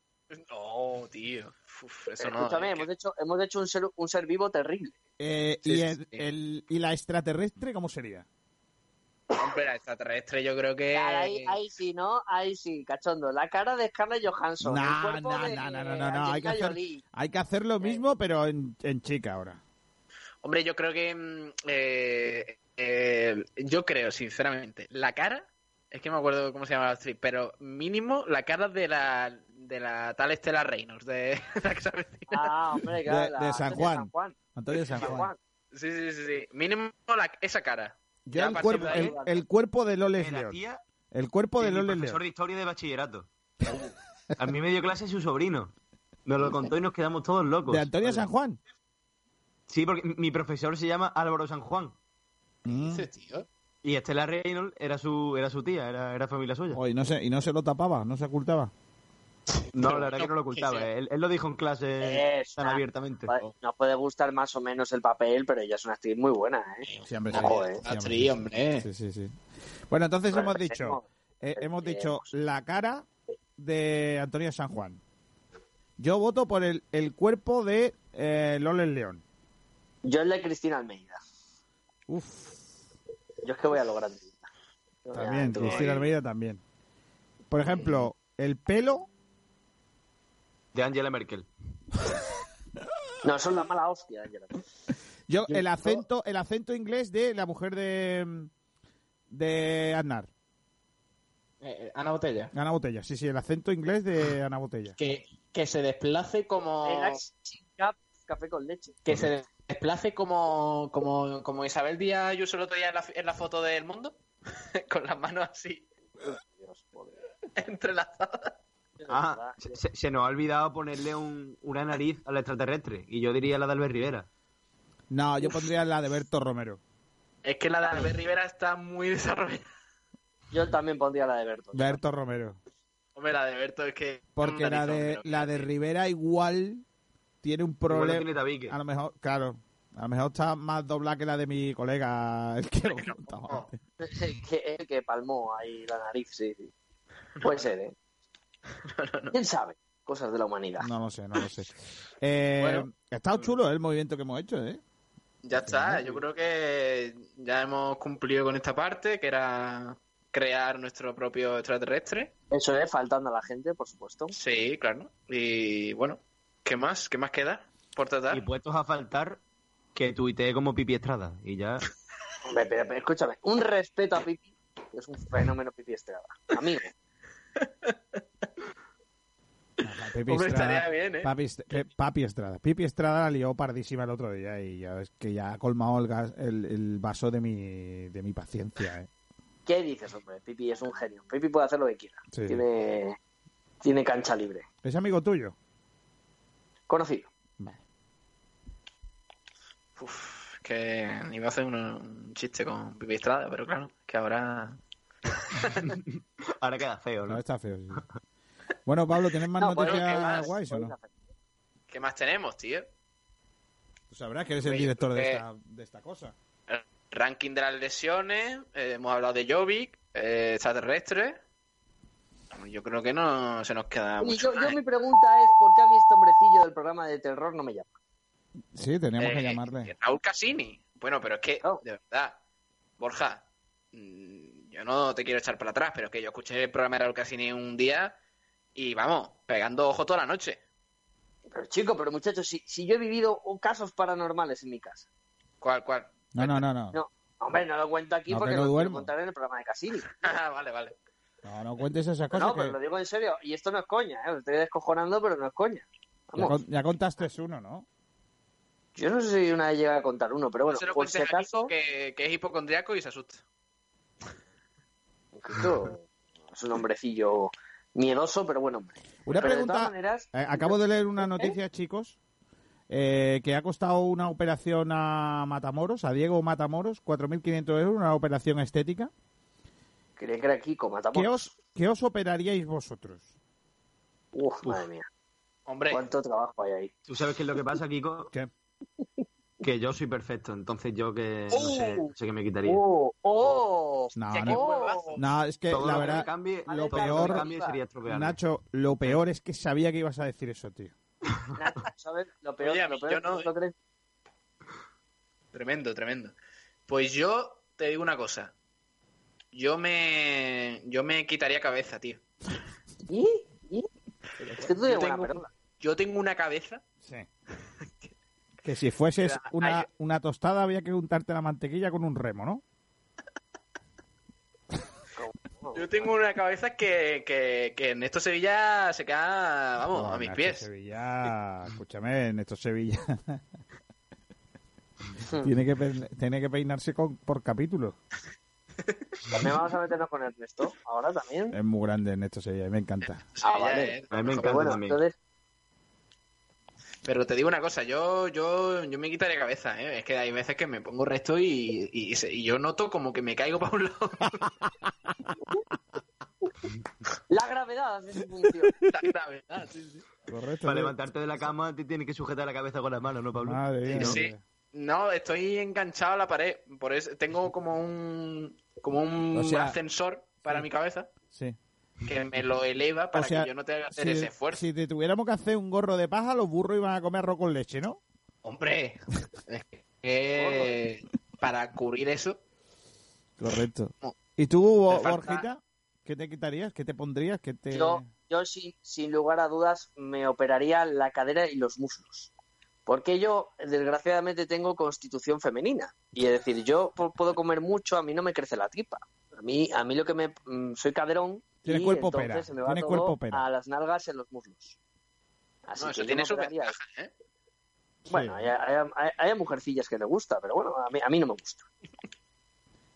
Speaker 2: No, tío. Uf, eso no.
Speaker 4: Escúchame,
Speaker 2: eh,
Speaker 4: hemos hecho, hemos hecho un, ser, un ser vivo terrible.
Speaker 1: Eh,
Speaker 2: Sí,
Speaker 1: y,
Speaker 2: sí,
Speaker 1: el,
Speaker 2: sí.
Speaker 1: el- ¿Y la extraterrestre cómo sería?
Speaker 2: que- Hombre, la extraterrestre yo creo
Speaker 1: Eh,
Speaker 2: que...
Speaker 4: Ahí, ahí sí, ¿no? Ahí sí, cachondo. La cara de Scarlett Johansson.
Speaker 1: No,
Speaker 4: el cuerpo
Speaker 1: no,
Speaker 4: de
Speaker 1: no, no, no, no, no, hay que
Speaker 4: Angelina
Speaker 1: hacer-
Speaker 4: Jolie.
Speaker 1: Hay que hacer lo mismo, pero en, en chica ahora.
Speaker 2: Hombre, yo creo que... mm, eh, eh, yo creo, sinceramente, la cara... Es que no me acuerdo cómo se llama la actriz, pero mínimo la cara de la, de la tal Estela Reynolds, de la que se avecina.
Speaker 4: Ah, hombre, claro.
Speaker 1: De-
Speaker 4: la-
Speaker 1: de San
Speaker 4: de
Speaker 1: Juan.
Speaker 4: San Juan.
Speaker 1: Antonio San
Speaker 4: San
Speaker 1: Juan.
Speaker 4: Juan.
Speaker 2: Sí, sí, sí, sí. Mínimo la- esa cara.
Speaker 1: Yo
Speaker 2: Ya
Speaker 1: el
Speaker 2: a partir
Speaker 1: cuerpo,
Speaker 2: de
Speaker 4: ahí-
Speaker 1: el, el cuerpo de Loles
Speaker 3: La
Speaker 1: León.
Speaker 3: tía
Speaker 1: El cuerpo de
Speaker 3: de mi
Speaker 1: Loles
Speaker 3: profesor
Speaker 1: León.
Speaker 3: de historia de bachillerato. A mí me dio clase su sobrino. Nos lo contó y nos quedamos todos locos.
Speaker 1: De Antonio San Juan.
Speaker 3: Sí, porque mi profesor se llama Álvaro San Juan.
Speaker 1: Mm.
Speaker 2: tío?
Speaker 3: Y Estela Reynolds era su, era su tía, era, era familia suya.
Speaker 1: Oh, y, no se, y no se lo tapaba, no se ocultaba.
Speaker 3: No, la verdad que no lo
Speaker 2: Sí,
Speaker 3: ocultaba. eh.
Speaker 2: sí.
Speaker 3: Él, él lo dijo en clase
Speaker 4: Esa.
Speaker 3: tan abiertamente.
Speaker 4: Joder, Pues, Nos puede gustar más o menos el papel, pero ella es una actriz muy buena, ¿eh?
Speaker 1: Sí, hombre, sí.
Speaker 4: Joder,
Speaker 1: Sí, hombre,
Speaker 2: actriz,
Speaker 1: sí.
Speaker 2: hombre.
Speaker 1: Sí, sí, sí. Bueno, entonces hemos dicho... Eh, hemos
Speaker 4: Eh,
Speaker 1: dicho la cara de Antonio San Juan. Yo voto por el, el cuerpo de eh, Loles León.
Speaker 4: Yo el de Cristina Almeida.
Speaker 1: Uf,
Speaker 4: Yo es que voy a lograr.
Speaker 1: también, Cristina Almeida también. Por ejemplo, el pelo.
Speaker 3: De Angela Merkel.
Speaker 4: No, son la mala hostia, Angela.
Speaker 1: Yo, el acento, el acento inglés de la mujer de de Aznar.
Speaker 2: Eh, Ana Botella.
Speaker 1: Ana Botella, sí, sí, el acento inglés de Ana Botella.
Speaker 2: Que, que se desplace como.
Speaker 4: El Action Cup, Eh, café con leche.
Speaker 2: Que se desplace como, como, como Isabel Díaz Ayuso el otro día en la, en la foto del mundo. Con las manos así,
Speaker 4: Dios, pobre.
Speaker 2: entrelazadas.
Speaker 3: Ah, se, se nos ha olvidado ponerle un- una nariz al extraterrestre. Y yo diría la de Albert Rivera.
Speaker 1: No, yo pondría la de Berto Romero.
Speaker 2: Es que la de Albert Rivera está muy desarrollada.
Speaker 4: Yo también pondría la de Berto.
Speaker 1: Berto Romero.
Speaker 2: Hombre, la de Berto es que.
Speaker 1: Porque la de, la de Rivera igual tiene un
Speaker 3: Igual no
Speaker 1: problema. Ah,
Speaker 3: tiene tabique.
Speaker 1: A lo mejor, claro. A lo mejor está más doblada que la de mi colega, el que lo contaba
Speaker 4: No.
Speaker 1: antes.
Speaker 4: El que, el que palmó ahí la nariz, sí, sí. Puede ser, ¿eh? ¿Quién sabe? Cosas de la humanidad.
Speaker 1: No lo sé, no lo sé. Eh,
Speaker 2: Bueno.
Speaker 1: ha estado chulo eh, el movimiento que hemos hecho, ¿eh?
Speaker 2: Ya está, yo creo que ya hemos cumplido con esta parte, que era crear nuestro propio extraterrestre.
Speaker 4: Eso es, faltando a la gente, por supuesto.
Speaker 2: Sí, claro. Y bueno, ¿qué más? ¿Qué más queda por
Speaker 3: Y
Speaker 2: tratar?
Speaker 3: puestos a faltar, que tuitee como Pipi Estrada. Y ya.
Speaker 4: Hombre, pero- pero escúchame, un respeto a Pipi, que es un fenómeno Pipi Estrada. Amigo,
Speaker 1: Papi
Speaker 2: Hombre,
Speaker 1: Estrada,
Speaker 2: estaría bien, ¿eh?
Speaker 1: Papi, Est- eh, Papi Estrada. Pipi Estrada la lió pardísima el otro día y ya es que ya ha colmado el, gas- el- el vaso de mi, de mi paciencia, ¿eh?
Speaker 4: ¿qué dices, hombre? Pipi es un genio. Pipi puede hacer lo que quiera.
Speaker 1: Sí.
Speaker 4: Tiene, tiene cancha libre.
Speaker 1: Es amigo tuyo.
Speaker 4: Conocido.
Speaker 2: Uf, que iba a hacer uno- un chiste con Pipi Estrada, pero claro, que ahora...
Speaker 3: Ahora queda feo,
Speaker 1: No,
Speaker 3: ¿no?
Speaker 1: está feo. sí. Bueno, Pablo, ¿tienes más
Speaker 4: No, bueno,
Speaker 1: noticias
Speaker 2: ¿qué más?
Speaker 1: guays o no?
Speaker 2: ¿Qué más tenemos, tío?
Speaker 1: Tú sabrás que eres el
Speaker 2: Oye,
Speaker 1: director de
Speaker 2: eh,
Speaker 1: esta, de esta cosa.
Speaker 2: Ranking de las lesiones, eh, hemos hablado de Jovic, eh, extraterrestre. Yo creo que no se nos
Speaker 1: Ah,
Speaker 2: queda
Speaker 4: Y
Speaker 2: mucho
Speaker 4: yo, yo
Speaker 2: más,
Speaker 4: mi
Speaker 2: ¿eh?
Speaker 4: pregunta es, ¿por qué a mí este hombrecillo del programa de terror no me llama?
Speaker 1: Sí, teníamos que
Speaker 2: Eh,
Speaker 1: llamarle.
Speaker 2: Raúl Cassini. Bueno, pero es que,
Speaker 4: Claro.
Speaker 2: de verdad, Borja, mm, yo no te quiero echar para atrás, pero es que yo escuché el programa de Raúl Cassini un día y vamos, pegando ojo toda la noche.
Speaker 4: Pero chico, pero muchachos, si, si yo he vivido casos paranormales en mi casa.
Speaker 2: ¿Cuál, cuál?
Speaker 1: No, no, no, no.
Speaker 4: eh, No. Hombre, no lo cuento aquí
Speaker 1: No,
Speaker 4: porque
Speaker 1: que no
Speaker 4: lo quiero
Speaker 1: duermo.
Speaker 4: contar en el programa de Cassini.
Speaker 2: Ah, vale, vale.
Speaker 1: No, no cuentes esas cosas
Speaker 4: No, pero
Speaker 1: que-
Speaker 4: lo digo en serio. Y esto no es coña, ¿eh? Lo estoy descojonando, pero no es coña.
Speaker 1: Ya,
Speaker 4: Vamos,
Speaker 1: con- ya contaste uno, ¿no?
Speaker 4: yo no sé si una vez llega a contar uno, pero
Speaker 2: No
Speaker 4: bueno,
Speaker 2: se lo
Speaker 4: por si
Speaker 2: cuentes a
Speaker 4: acaso...
Speaker 2: Nico, que, que es hipocondriaco y se asusta.
Speaker 4: Esto es un hombrecillo miedoso, pero bueno, hombre.
Speaker 1: Una
Speaker 4: Pero de todas
Speaker 1: pregunta.
Speaker 4: maneras,
Speaker 1: Eh, acabo de leer una noticia, chicos, eh, que ha costado una operación a Matamoros, a Diego Matamoros, 4.500 euros, una operación estética.
Speaker 4: creía que era Kiko,
Speaker 1: ¿Qué
Speaker 4: matamos.
Speaker 1: os, qué os operaríais vosotros?
Speaker 4: Uf, madre mía,
Speaker 2: Hombre,
Speaker 4: cuánto trabajo hay ahí.
Speaker 3: ¿Tú sabes qué es lo que pasa, Kiko?
Speaker 1: ¿Qué?
Speaker 3: Que yo soy perfecto, entonces yo que no sé, no sé qué me quitaría.
Speaker 4: ¡Oh! ¡Oh!
Speaker 1: No,
Speaker 4: ¡Oh!
Speaker 2: qué
Speaker 1: no,
Speaker 2: huevazo.
Speaker 1: no, es que
Speaker 3: Todo
Speaker 1: la
Speaker 3: lo que me
Speaker 1: verdad,
Speaker 3: cambie,
Speaker 1: lo
Speaker 3: todo que me
Speaker 1: peor-
Speaker 3: cambie sería estropearme.
Speaker 1: Nacho, lo peor es que sabía que ibas a decir eso, tío.
Speaker 4: Nacho, ¿sabes? Lo peor,
Speaker 2: Oye, a mí,
Speaker 4: lo peor
Speaker 2: yo
Speaker 4: es que
Speaker 2: no- ¿eh?
Speaker 4: lo crees.
Speaker 2: tremendo, tremendo. Pues yo te digo una cosa. Yo me, yo me quitaría cabeza, tío.
Speaker 4: ¿Y? ¿Y? Es que
Speaker 2: Yo
Speaker 4: tú tienes buena
Speaker 2: tengo-
Speaker 4: perla.
Speaker 2: Yo tengo una cabeza
Speaker 1: Sí. Que si fueses
Speaker 2: Pero,
Speaker 1: una,
Speaker 2: hay-
Speaker 1: una tostada había que untarte la mantequilla con un remo, ¿no?
Speaker 4: Oh,
Speaker 2: Yo tengo una cabeza que, que, que en esto Sevilla se queda, vamos,
Speaker 1: Oh,
Speaker 2: a mis
Speaker 1: Nacho
Speaker 2: pies.
Speaker 1: Sevilla, escúchame, Néstor Sevilla tiene, que, pe- tiene que peinarse con, por capítulo.
Speaker 4: También vamos a meternos con Ernesto. Ahora también.
Speaker 1: Es muy grande Néstor Sevilla, me encanta.
Speaker 4: Ah,
Speaker 2: Sevilla
Speaker 4: vale.
Speaker 2: es-
Speaker 3: A mí me
Speaker 4: Pero
Speaker 3: encanta
Speaker 4: bueno,
Speaker 3: también.
Speaker 4: entonces,
Speaker 2: Pero te digo una cosa, yo yo, yo me quitaré cabeza, ¿eh? Es que hay veces que me pongo resto y, y, se- y yo noto como que me caigo para un lado.
Speaker 4: la gravedad es su función.
Speaker 2: La gravedad, sí, sí.
Speaker 1: Correcto.
Speaker 3: Para
Speaker 1: ¿no?
Speaker 3: levantarte de la cama te tienes que sujetar la cabeza con las manos, ¿no, Pablo?
Speaker 1: Madre mía,
Speaker 2: Sí.
Speaker 1: hombre.
Speaker 2: No, estoy enganchado a la pared. Por eso tengo como un, como un
Speaker 1: O sea,
Speaker 2: ascensor para mi cabeza
Speaker 1: Sí.
Speaker 2: que me lo eleva para
Speaker 1: sea,
Speaker 2: que yo no tenga que hacer
Speaker 1: Si,
Speaker 2: ese esfuerzo.
Speaker 1: si te tuviéramos que hacer un gorro de paja, los burros iban a comer arroz con leche, ¿no?
Speaker 2: Hombre, es que para cubrir eso
Speaker 1: Correcto.
Speaker 2: No.
Speaker 1: ¿Y tú, Bo-
Speaker 2: falta-
Speaker 1: Borjita? ¿Qué te quitarías? ¿Qué te pondrías? ¿Qué te...
Speaker 4: Yo, yo sin, sin lugar a dudas me operaría la cadera y los muslos. Porque yo, desgraciadamente, tengo constitución femenina. Y es decir, yo po- puedo comer mucho, a mí no me crece la tripa. A mí, a mí lo que me... mm, Soy caderón
Speaker 1: Tienes
Speaker 4: y
Speaker 1: cuerpo
Speaker 4: entonces
Speaker 1: pera,
Speaker 4: se me va
Speaker 1: tienes
Speaker 4: todo
Speaker 1: cuerpo pera.
Speaker 4: a las nalgas y a los muslos. Así
Speaker 2: No,
Speaker 4: que
Speaker 2: eso
Speaker 4: yo
Speaker 2: tiene
Speaker 4: me
Speaker 2: sus
Speaker 4: operaría
Speaker 2: ventajas, ¿eh?
Speaker 1: Sí.
Speaker 4: Bueno, hay, hay- hay- hay mujercillas que le gusta, pero bueno, a mí, a mí no me gusta.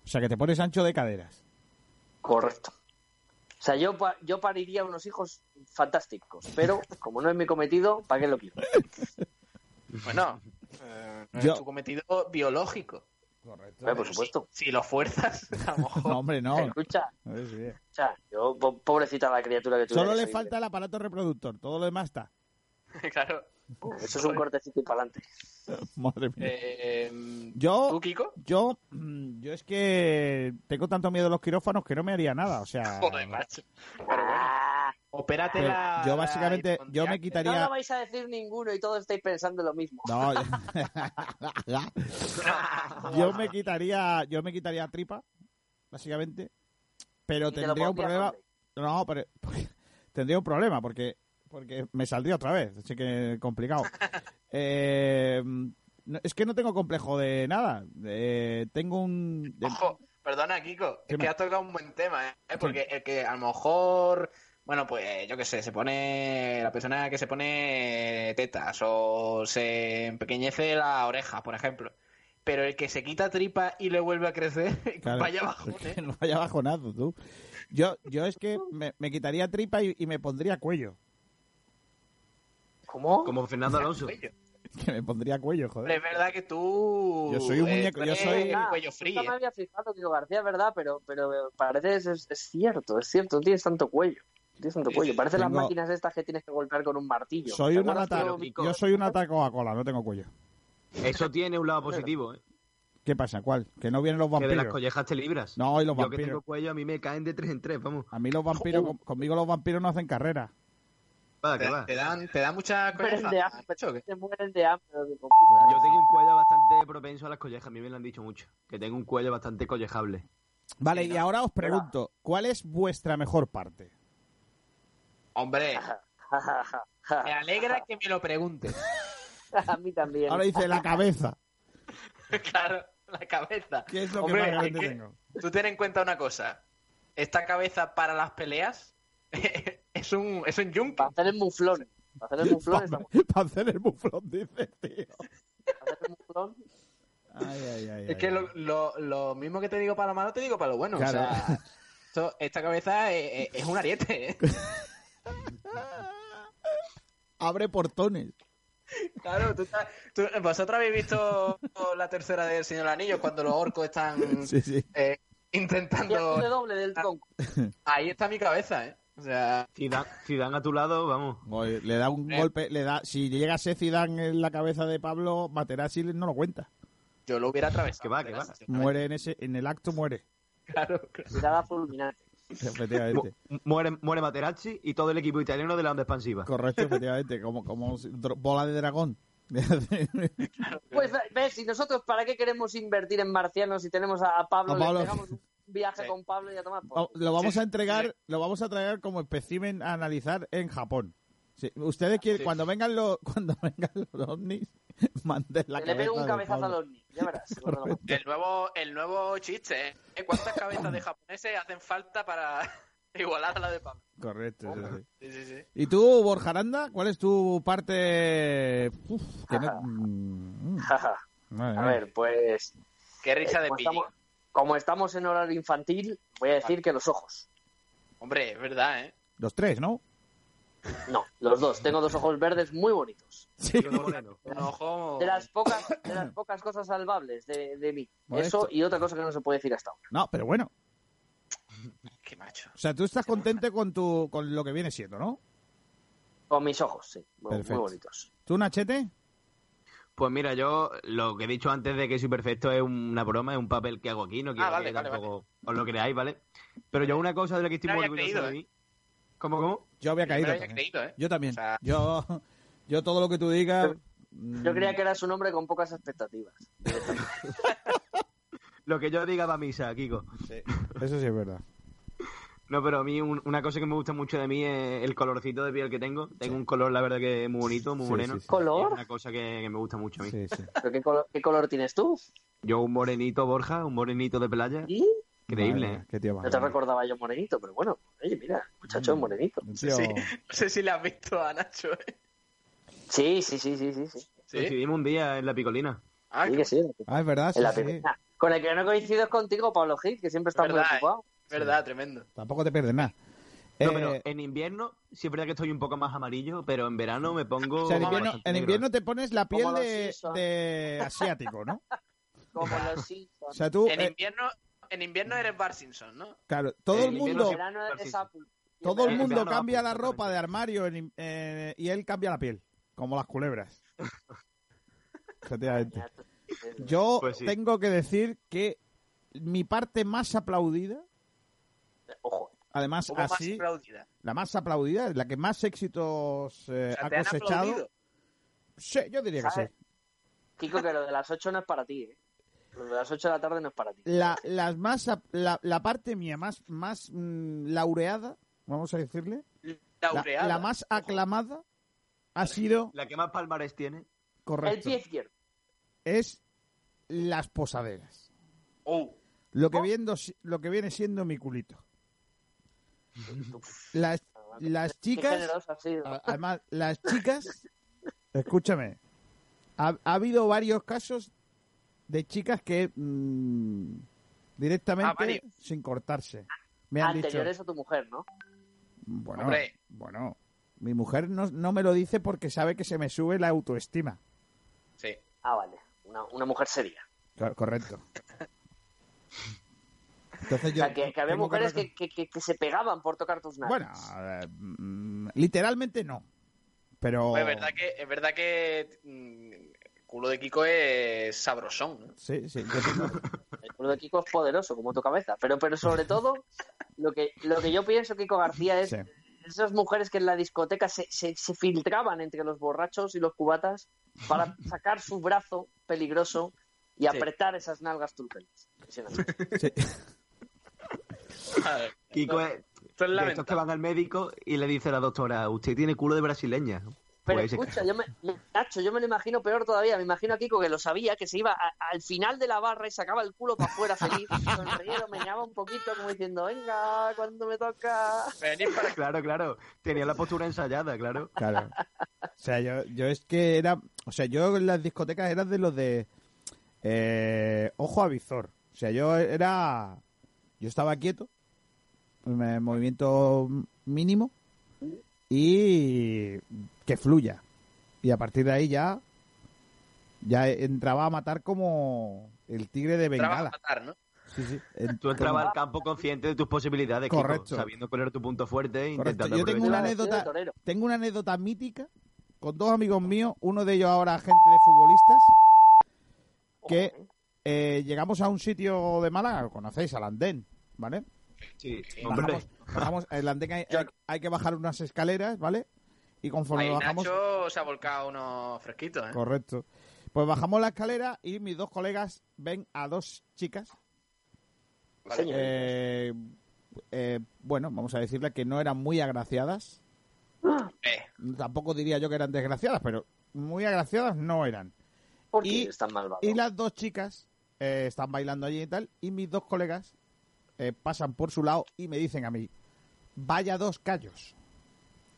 Speaker 1: O sea, que te pones ancho de caderas.
Speaker 4: Correcto. O sea, yo, pa- yo pariría unos hijos fantásticos, pero como no es mi cometido, ¿para qué lo quiero?
Speaker 2: Bueno, eh, no
Speaker 1: Yo-
Speaker 2: es tu cometido biológico.
Speaker 1: Correcto.
Speaker 4: Eh, por supuesto.
Speaker 2: Si lo fuerzas, a lo mejor.
Speaker 1: No, hombre, no.
Speaker 4: Escucha,
Speaker 1: Sí, sí.
Speaker 4: o sea, yo, po- pobrecita la criatura que tú
Speaker 1: Solo
Speaker 4: eres,
Speaker 1: le
Speaker 4: soy-
Speaker 1: falta el aparato reproductor, todo lo demás está.
Speaker 2: claro.
Speaker 4: eh, Eso es un cortecito y para adelante.
Speaker 1: Madre mía.
Speaker 2: Eh,
Speaker 1: Yo,
Speaker 2: ¿Tú, Kiko?
Speaker 1: yo, mm, yo es que tengo tanto miedo a los quirófanos que no me haría nada. O sea,
Speaker 2: Joder, macho. Pero bueno,
Speaker 4: Ah,
Speaker 2: opérate
Speaker 1: Ah. pero
Speaker 2: la.
Speaker 1: yo
Speaker 2: la
Speaker 1: básicamente, yo me
Speaker 2: hipocondriaca.
Speaker 4: no
Speaker 1: quitaría.
Speaker 4: lo vais a decir ninguno y todos estáis pensando lo mismo.
Speaker 1: No, yo me quitaría, yo me quitaría tripa, básicamente. Pero
Speaker 4: Y te lo
Speaker 1: tendría un
Speaker 4: pondrías
Speaker 1: problema.
Speaker 4: donde.
Speaker 1: No, pero tendría un problema porque porque me saldría otra vez, así que complicado. Eh, no- es que no tengo complejo de nada. Eh, tengo un de-
Speaker 2: Ojo, perdona, Kiko, es
Speaker 1: Dime.
Speaker 2: que has tocado un buen tema, ¿eh? Porque el que a lo mejor, bueno, pues yo qué sé, se pone, la persona que se pone tetas o se empequeñece la oreja, por ejemplo. Pero el que se quita tripa y le vuelve a crecer,
Speaker 1: Claro.
Speaker 2: vaya abajo, ¿eh?
Speaker 1: no vaya bajonazo, tú. Yo, yo es que me, me quitaría tripa y, y me pondría cuello.
Speaker 2: ¿Cómo?
Speaker 3: Como Fernando Alonso.
Speaker 1: Que me pondría cuello, joder.
Speaker 2: Hombre, es verdad que tú.
Speaker 1: Yo soy un muñeco,
Speaker 2: tú
Speaker 1: yo
Speaker 2: eres
Speaker 1: soy-
Speaker 2: el cuello
Speaker 4: Nunca
Speaker 2: frío. ¿eh?
Speaker 4: me había fijado que García es verdad, pero, pero parece es, es- es cierto, es cierto, no tienes tanto cuello. no Tienes tanto cuello. Parece
Speaker 1: Tengo-
Speaker 4: las máquinas estas que tienes que golpear con un martillo.
Speaker 1: Soy
Speaker 4: ¿Te
Speaker 1: una
Speaker 4: acuerdas
Speaker 1: lata,
Speaker 4: que lo-
Speaker 3: Kiko?
Speaker 1: yo soy una lata de Coca-Cola, no tengo cuello.
Speaker 3: Eso tiene un lado positivo, ¿eh?
Speaker 1: ¿Qué pasa? ¿Cuál? Que no vienen los
Speaker 3: Que de las
Speaker 1: vampiros.
Speaker 3: collejas te libras.
Speaker 1: No, y los
Speaker 3: Yo que tengo
Speaker 1: vampiros.
Speaker 3: cuello, a mí me caen de tres en tres, vamos.
Speaker 1: A mí los vampiros, con- conmigo los vampiros no hacen carrera.
Speaker 3: Para que
Speaker 2: Te,
Speaker 3: va.
Speaker 2: te dan, te dan mucha
Speaker 4: Pero
Speaker 2: colleja,
Speaker 4: de hambre.
Speaker 2: macho, que-
Speaker 4: Te mueres de hambre. de puta.
Speaker 3: Yo tengo un cuello bastante propenso a las collejas, a mí me lo han dicho mucho. Que tengo un cuello bastante collejable.
Speaker 1: Vale,
Speaker 2: Sí,
Speaker 1: y
Speaker 2: no.
Speaker 1: ahora os pregunto, ¿cuál es vuestra mejor parte?
Speaker 2: Hombre, me alegra que me lo preguntes.
Speaker 4: A mí también.
Speaker 1: Ahora dice la cabeza,
Speaker 2: claro, la cabeza.
Speaker 1: que es lo
Speaker 2: Hombre,
Speaker 1: que más
Speaker 2: hay
Speaker 1: grande
Speaker 2: que-
Speaker 1: tengo.
Speaker 2: Tú ten en cuenta una cosa. Esta cabeza para las peleas es un es un yunque.
Speaker 4: Para hacer el muflón. Para hacer el muflón estamos.
Speaker 1: Para hacer el buflón, dice, tío.
Speaker 4: Para hacer el muflón.
Speaker 1: Ay, ay, ay,
Speaker 2: Es
Speaker 1: ay,
Speaker 2: que
Speaker 1: ay.
Speaker 2: lo, lo- lo mismo que te digo para lo malo, te digo para lo bueno.
Speaker 1: Claro.
Speaker 2: O sea, esto- esta cabeza es, es- es un ariete. ¿eh?
Speaker 1: Abre portones.
Speaker 2: Claro, tú, estás- tú- vosotros habéis visto la tercera del Señor Anillo cuando los orcos están
Speaker 1: Sí, sí.
Speaker 2: eh,
Speaker 4: Y hace
Speaker 2: intentando.
Speaker 4: doble del tronco.
Speaker 2: Ahí está mi cabeza, ¿eh? O sea,
Speaker 3: Si dan, si dan a tu lado, vamos.
Speaker 1: Oye, Le da un
Speaker 2: Eh.
Speaker 1: golpe, le da. Si llega ese Zidane en la cabeza de Pablo, Materazzi no lo cuenta.
Speaker 2: yo lo hubiera atravesado.
Speaker 3: Que va, que va.
Speaker 1: Muere en ese, en el acto muere.
Speaker 2: Claro, claro.
Speaker 4: Mirada fulminante.
Speaker 3: Mu-
Speaker 1: Efectivamente.
Speaker 3: muere, muere Materazzi y todo el equipo italiano de la onda expansiva.
Speaker 1: Correcto, efectivamente. Como, como dro- bola de dragón.
Speaker 4: Pues ves, ¿y nosotros para qué queremos invertir en marcianos si tenemos a, a Pablo?
Speaker 1: A Pablo. Oh,
Speaker 4: Le pegamos un viaje
Speaker 2: Sí.
Speaker 4: con Pablo y a tomar por
Speaker 1: Va-
Speaker 4: culo.
Speaker 1: lo vamos
Speaker 2: Sí,
Speaker 1: a
Speaker 2: sí,
Speaker 1: entregar,
Speaker 2: sí.
Speaker 1: lo vamos a traer como espécimen a analizar en Japón. Sí, Ustedes quieren,
Speaker 2: Sí.
Speaker 1: cuando vengan los, cuando vengan los ovnis, manden la
Speaker 4: Que Le pego
Speaker 1: cabeza
Speaker 4: un
Speaker 1: de
Speaker 4: cabezazo
Speaker 1: Pablo.
Speaker 4: al ovni. Ya verás. cuando lo-
Speaker 2: El nuevo, el nuevo chiste, ¿eh? ¿Cuántas cabezas de japoneses hacen falta para igualar a la de Pablo?
Speaker 1: Correcto. sí, sí.
Speaker 2: Sí, sí, sí.
Speaker 1: ¿Y tú, Borja Aranda, cuál es tu parte? Uf, que no- Mm, madre
Speaker 4: A
Speaker 1: mía.
Speaker 4: ver, pues.
Speaker 2: Qué risa
Speaker 4: eh,
Speaker 2: de
Speaker 4: como,
Speaker 2: pilli.
Speaker 4: estamos, como estamos en horario infantil, voy a decir que los ojos.
Speaker 2: Hombre, es verdad, ¿eh?
Speaker 1: Los tres, ¿no?
Speaker 4: No, los dos. Tengo dos ojos verdes muy bonitos.
Speaker 1: Sí.
Speaker 3: Yo no moreno.
Speaker 2: Un ojo...
Speaker 4: De las pocas, de las pocas cosas salvables de, de mí.
Speaker 1: Bueno,
Speaker 4: Eso
Speaker 1: esto-
Speaker 4: y otra cosa que no se puede decir hasta ahora.
Speaker 1: No, pero bueno.
Speaker 2: Qué macho.
Speaker 1: O sea, tú estás contento con tu, con lo que viene siendo, ¿no?
Speaker 4: Con mis ojos, sí. Muy-
Speaker 1: Perfecto.
Speaker 4: Muy bonitos.
Speaker 1: ¿Tú, Nachete?
Speaker 3: Pues mira, yo lo que he dicho antes de que soy perfecto es una broma, es un papel que hago aquí, no quiero
Speaker 2: Ah, vale,
Speaker 3: que
Speaker 2: vale,
Speaker 3: tampoco os lo creáis, ¿vale? Pero yo una cosa de la que estoy
Speaker 2: No
Speaker 3: muy
Speaker 2: había
Speaker 3: orgulloso
Speaker 2: creído, ¿eh?
Speaker 3: de mí. ¿Cómo, cómo?
Speaker 1: Yo había caído.
Speaker 2: Yo me lo había
Speaker 1: también.
Speaker 2: creído, ¿eh?
Speaker 1: Yo también.
Speaker 2: O sea-
Speaker 1: Yo, yo todo lo que tú digas. mm,
Speaker 4: Yo creía que eras un hombre con pocas expectativas.
Speaker 3: Lo que yo diga va a misa, Kiko.
Speaker 1: Eso sí es verdad.
Speaker 3: No, pero a mí un- una cosa que me gusta mucho de mí es el colorcito de piel que tengo. Tengo un color, la verdad, que es muy bonito, muy
Speaker 1: Sí,
Speaker 3: moreno.
Speaker 1: sí, sí.
Speaker 3: Y Es
Speaker 4: ¿Color?
Speaker 3: una cosa que, que me gusta mucho a mí.
Speaker 1: Sí, sí.
Speaker 4: ¿Pero qué, color, qué color tienes tú?
Speaker 3: Yo un morenito Borja, un morenito de playa.
Speaker 4: ¿Y?
Speaker 3: Increíble,
Speaker 1: Madre,
Speaker 3: ¿eh?
Speaker 1: Qué tío más
Speaker 4: No te
Speaker 1: grande.
Speaker 4: recordaba yo morenito, pero bueno. Oye, mira, muchacho,
Speaker 1: Mm.
Speaker 4: morenito.
Speaker 1: Un
Speaker 2: Sí,
Speaker 1: tío-
Speaker 2: sí. No sé si le has visto a Nacho, ¿eh?
Speaker 4: Sí, sí, sí, sí, sí. sí.
Speaker 2: Sí.
Speaker 3: Coincidimos un día en la picolina.
Speaker 2: Ah,
Speaker 4: Sí
Speaker 2: qué
Speaker 4: que sí.
Speaker 1: Ah, es verdad, sí,
Speaker 4: En la
Speaker 1: sí.
Speaker 4: primera. Con el que no coincido es contigo, Pablo Gil, que siempre está muy
Speaker 2: Verdad, eh.
Speaker 4: ocupado.
Speaker 2: verdad, tremendo.
Speaker 1: Tampoco te pierdes nada.
Speaker 3: No,
Speaker 1: Eh,
Speaker 3: pero en invierno sí es verdad que estoy un poco más amarillo, pero en verano me pongo...
Speaker 1: o sea, en,
Speaker 2: Como
Speaker 1: invierno,
Speaker 3: bastante
Speaker 1: en
Speaker 3: negro,
Speaker 1: invierno te pones la piel
Speaker 4: Como los
Speaker 1: de,
Speaker 4: Simpson.
Speaker 1: de asiático, ¿no?
Speaker 4: Como los Simpsons.
Speaker 1: O sea, tú,
Speaker 2: En
Speaker 1: eh,
Speaker 2: invierno, en invierno eres Bar Simpson, ¿no?
Speaker 1: claro, todo
Speaker 3: en
Speaker 1: el
Speaker 3: invierno
Speaker 1: mundo,
Speaker 4: En verano es Apple. Y en
Speaker 1: todo el
Speaker 4: verano-
Speaker 1: mundo
Speaker 3: verano,
Speaker 1: cambia la
Speaker 3: absolutamente.
Speaker 1: ropa de armario en- eh, y él cambia la piel. Como las culebras. Efectivamente. Yo
Speaker 3: Pues sí.
Speaker 1: tengo que decir que mi parte más aplaudida,
Speaker 4: Ojo,
Speaker 1: además
Speaker 4: como más
Speaker 1: así,
Speaker 4: aplaudida.
Speaker 1: la más aplaudida, la que más éxitos eh,
Speaker 4: O sea,
Speaker 1: ha
Speaker 4: te han
Speaker 1: cosechado.
Speaker 4: aplaudido.
Speaker 1: Sí, yo diría que sí.
Speaker 4: ¿Sabes? Kiko, que lo de las 8 no es para ti, ¿eh? Lo de las 8 de la tarde no es para ti.
Speaker 1: La, las más, ap- la, la parte mía más, más mm, laureada, vamos a decirle, la-
Speaker 4: Laureada.
Speaker 1: la más aclamada ha sido,
Speaker 3: La que más palmares tiene.
Speaker 4: El
Speaker 1: correcto,
Speaker 4: pie izquierdo.
Speaker 1: es las posaderas.
Speaker 2: Uh,
Speaker 4: Oh,
Speaker 1: Lo que, viendo, si- lo que viene siendo mi culito.
Speaker 4: Pues
Speaker 1: Las, las
Speaker 4: qué
Speaker 1: chicas,
Speaker 4: generoso has sido.
Speaker 1: a- además, las chicas, escúchame, ha, ha habido varios casos de chicas que mm,
Speaker 2: Ah, varios.
Speaker 1: directamente, sin cortarse, me han dicho,
Speaker 4: Anteriores a tu mujer, ¿no?
Speaker 1: bueno,
Speaker 2: Hombre.
Speaker 1: bueno, mi mujer no, no me lo dice porque sabe que se me sube la autoestima.
Speaker 2: Sí.
Speaker 4: Ah, vale. Una, una mujer seria.
Speaker 1: Claro, Correcto. Entonces
Speaker 4: O
Speaker 1: yo
Speaker 4: sea, que, que había
Speaker 1: tengo
Speaker 4: mujeres
Speaker 1: recon-
Speaker 4: que, que, que- que se pegaban por tocar tus narices.
Speaker 1: Bueno, eh, mm, literalmente no. Pero.
Speaker 2: Pues es verdad que, es verdad que mm, el culo de Kiko es sabrosón. ¿no?
Speaker 1: Sí, sí. yo tengo-
Speaker 4: El culo de Kiko es poderoso, como tu cabeza. Pero, pero sobre todo, lo que, lo que yo pienso, Kiko García, es
Speaker 1: sí.
Speaker 4: esas mujeres que en la discoteca se, se, se filtraban entre los borrachos y los cubatas para sacar su brazo peligroso y apretar esas nalgas turpentes.
Speaker 1: Sí.
Speaker 3: Kiko es
Speaker 2: Esto es
Speaker 3: de estos
Speaker 2: lamentable.
Speaker 3: que van al médico y le dice a la doctora, usted tiene culo de brasileña.
Speaker 4: Pero
Speaker 3: Pues ahí se
Speaker 4: escucha,
Speaker 3: cae.
Speaker 4: yo me, me- Nacho, yo me lo imagino peor todavía. Me imagino a Kiko que lo sabía, que se iba a- al final de la barra y sacaba el culo para afuera feliz, sonriendo, lo meneaba un poquito como diciendo, venga, cuando me toca.
Speaker 2: Venid para
Speaker 3: Claro, claro. Tenía la postura ensayada, claro.
Speaker 1: Claro. O sea, yo, yo es que era. O sea, yo en las discotecas era de los de. eh, ojo a visor. O sea, yo era. Yo estaba quieto. pues me- Movimiento mínimo. Y. Que fluya. Y a partir de ahí ya. Ya entraba a matar como. El tigre de
Speaker 2: Entraba a
Speaker 1: bengala.
Speaker 2: matar, ¿no?
Speaker 1: Sí, sí. En-
Speaker 3: Tú entrabas al campo consciente de tus posibilidades, Kiko,
Speaker 1: Correcto.
Speaker 3: sabiendo cuál era tu punto fuerte e
Speaker 1: Correcto.
Speaker 3: intentando
Speaker 1: Yo tengo una
Speaker 3: aprovechar.
Speaker 4: Iba vestido de
Speaker 1: anécdota.
Speaker 4: torero.
Speaker 1: Tengo una anécdota mítica con dos amigos míos, uno de ellos ahora agente de futbolistas, que
Speaker 4: Ojo, ¿eh?
Speaker 1: eh, llegamos a un sitio de Málaga, lo conocéis, al andén, ¿vale?
Speaker 3: Sí, hombre.
Speaker 1: Bajamos, bajamos- el andén hay, hay- hay que bajar unas escaleras, ¿vale? Y conforme
Speaker 2: Ahí
Speaker 1: Pues bajamos...
Speaker 2: Nacho se ha volcado unos fresquitos, ¿eh?
Speaker 1: Correcto. Pues bajamos la escalera y mis dos colegas ven a dos chicas.
Speaker 2: Vale.
Speaker 4: Señor.
Speaker 1: eh, eh, bueno, vamos a decirle que no eran muy agraciadas.
Speaker 2: Eh,
Speaker 1: Tampoco diría yo que eran desgraciadas, pero muy agraciadas no eran.
Speaker 4: ¿Por qué
Speaker 1: y-
Speaker 4: es tan malvado?
Speaker 1: Y las dos chicas eh, están bailando allí y tal, y mis dos colegas eh, pasan por su lado y me dicen a mí, vaya dos callos.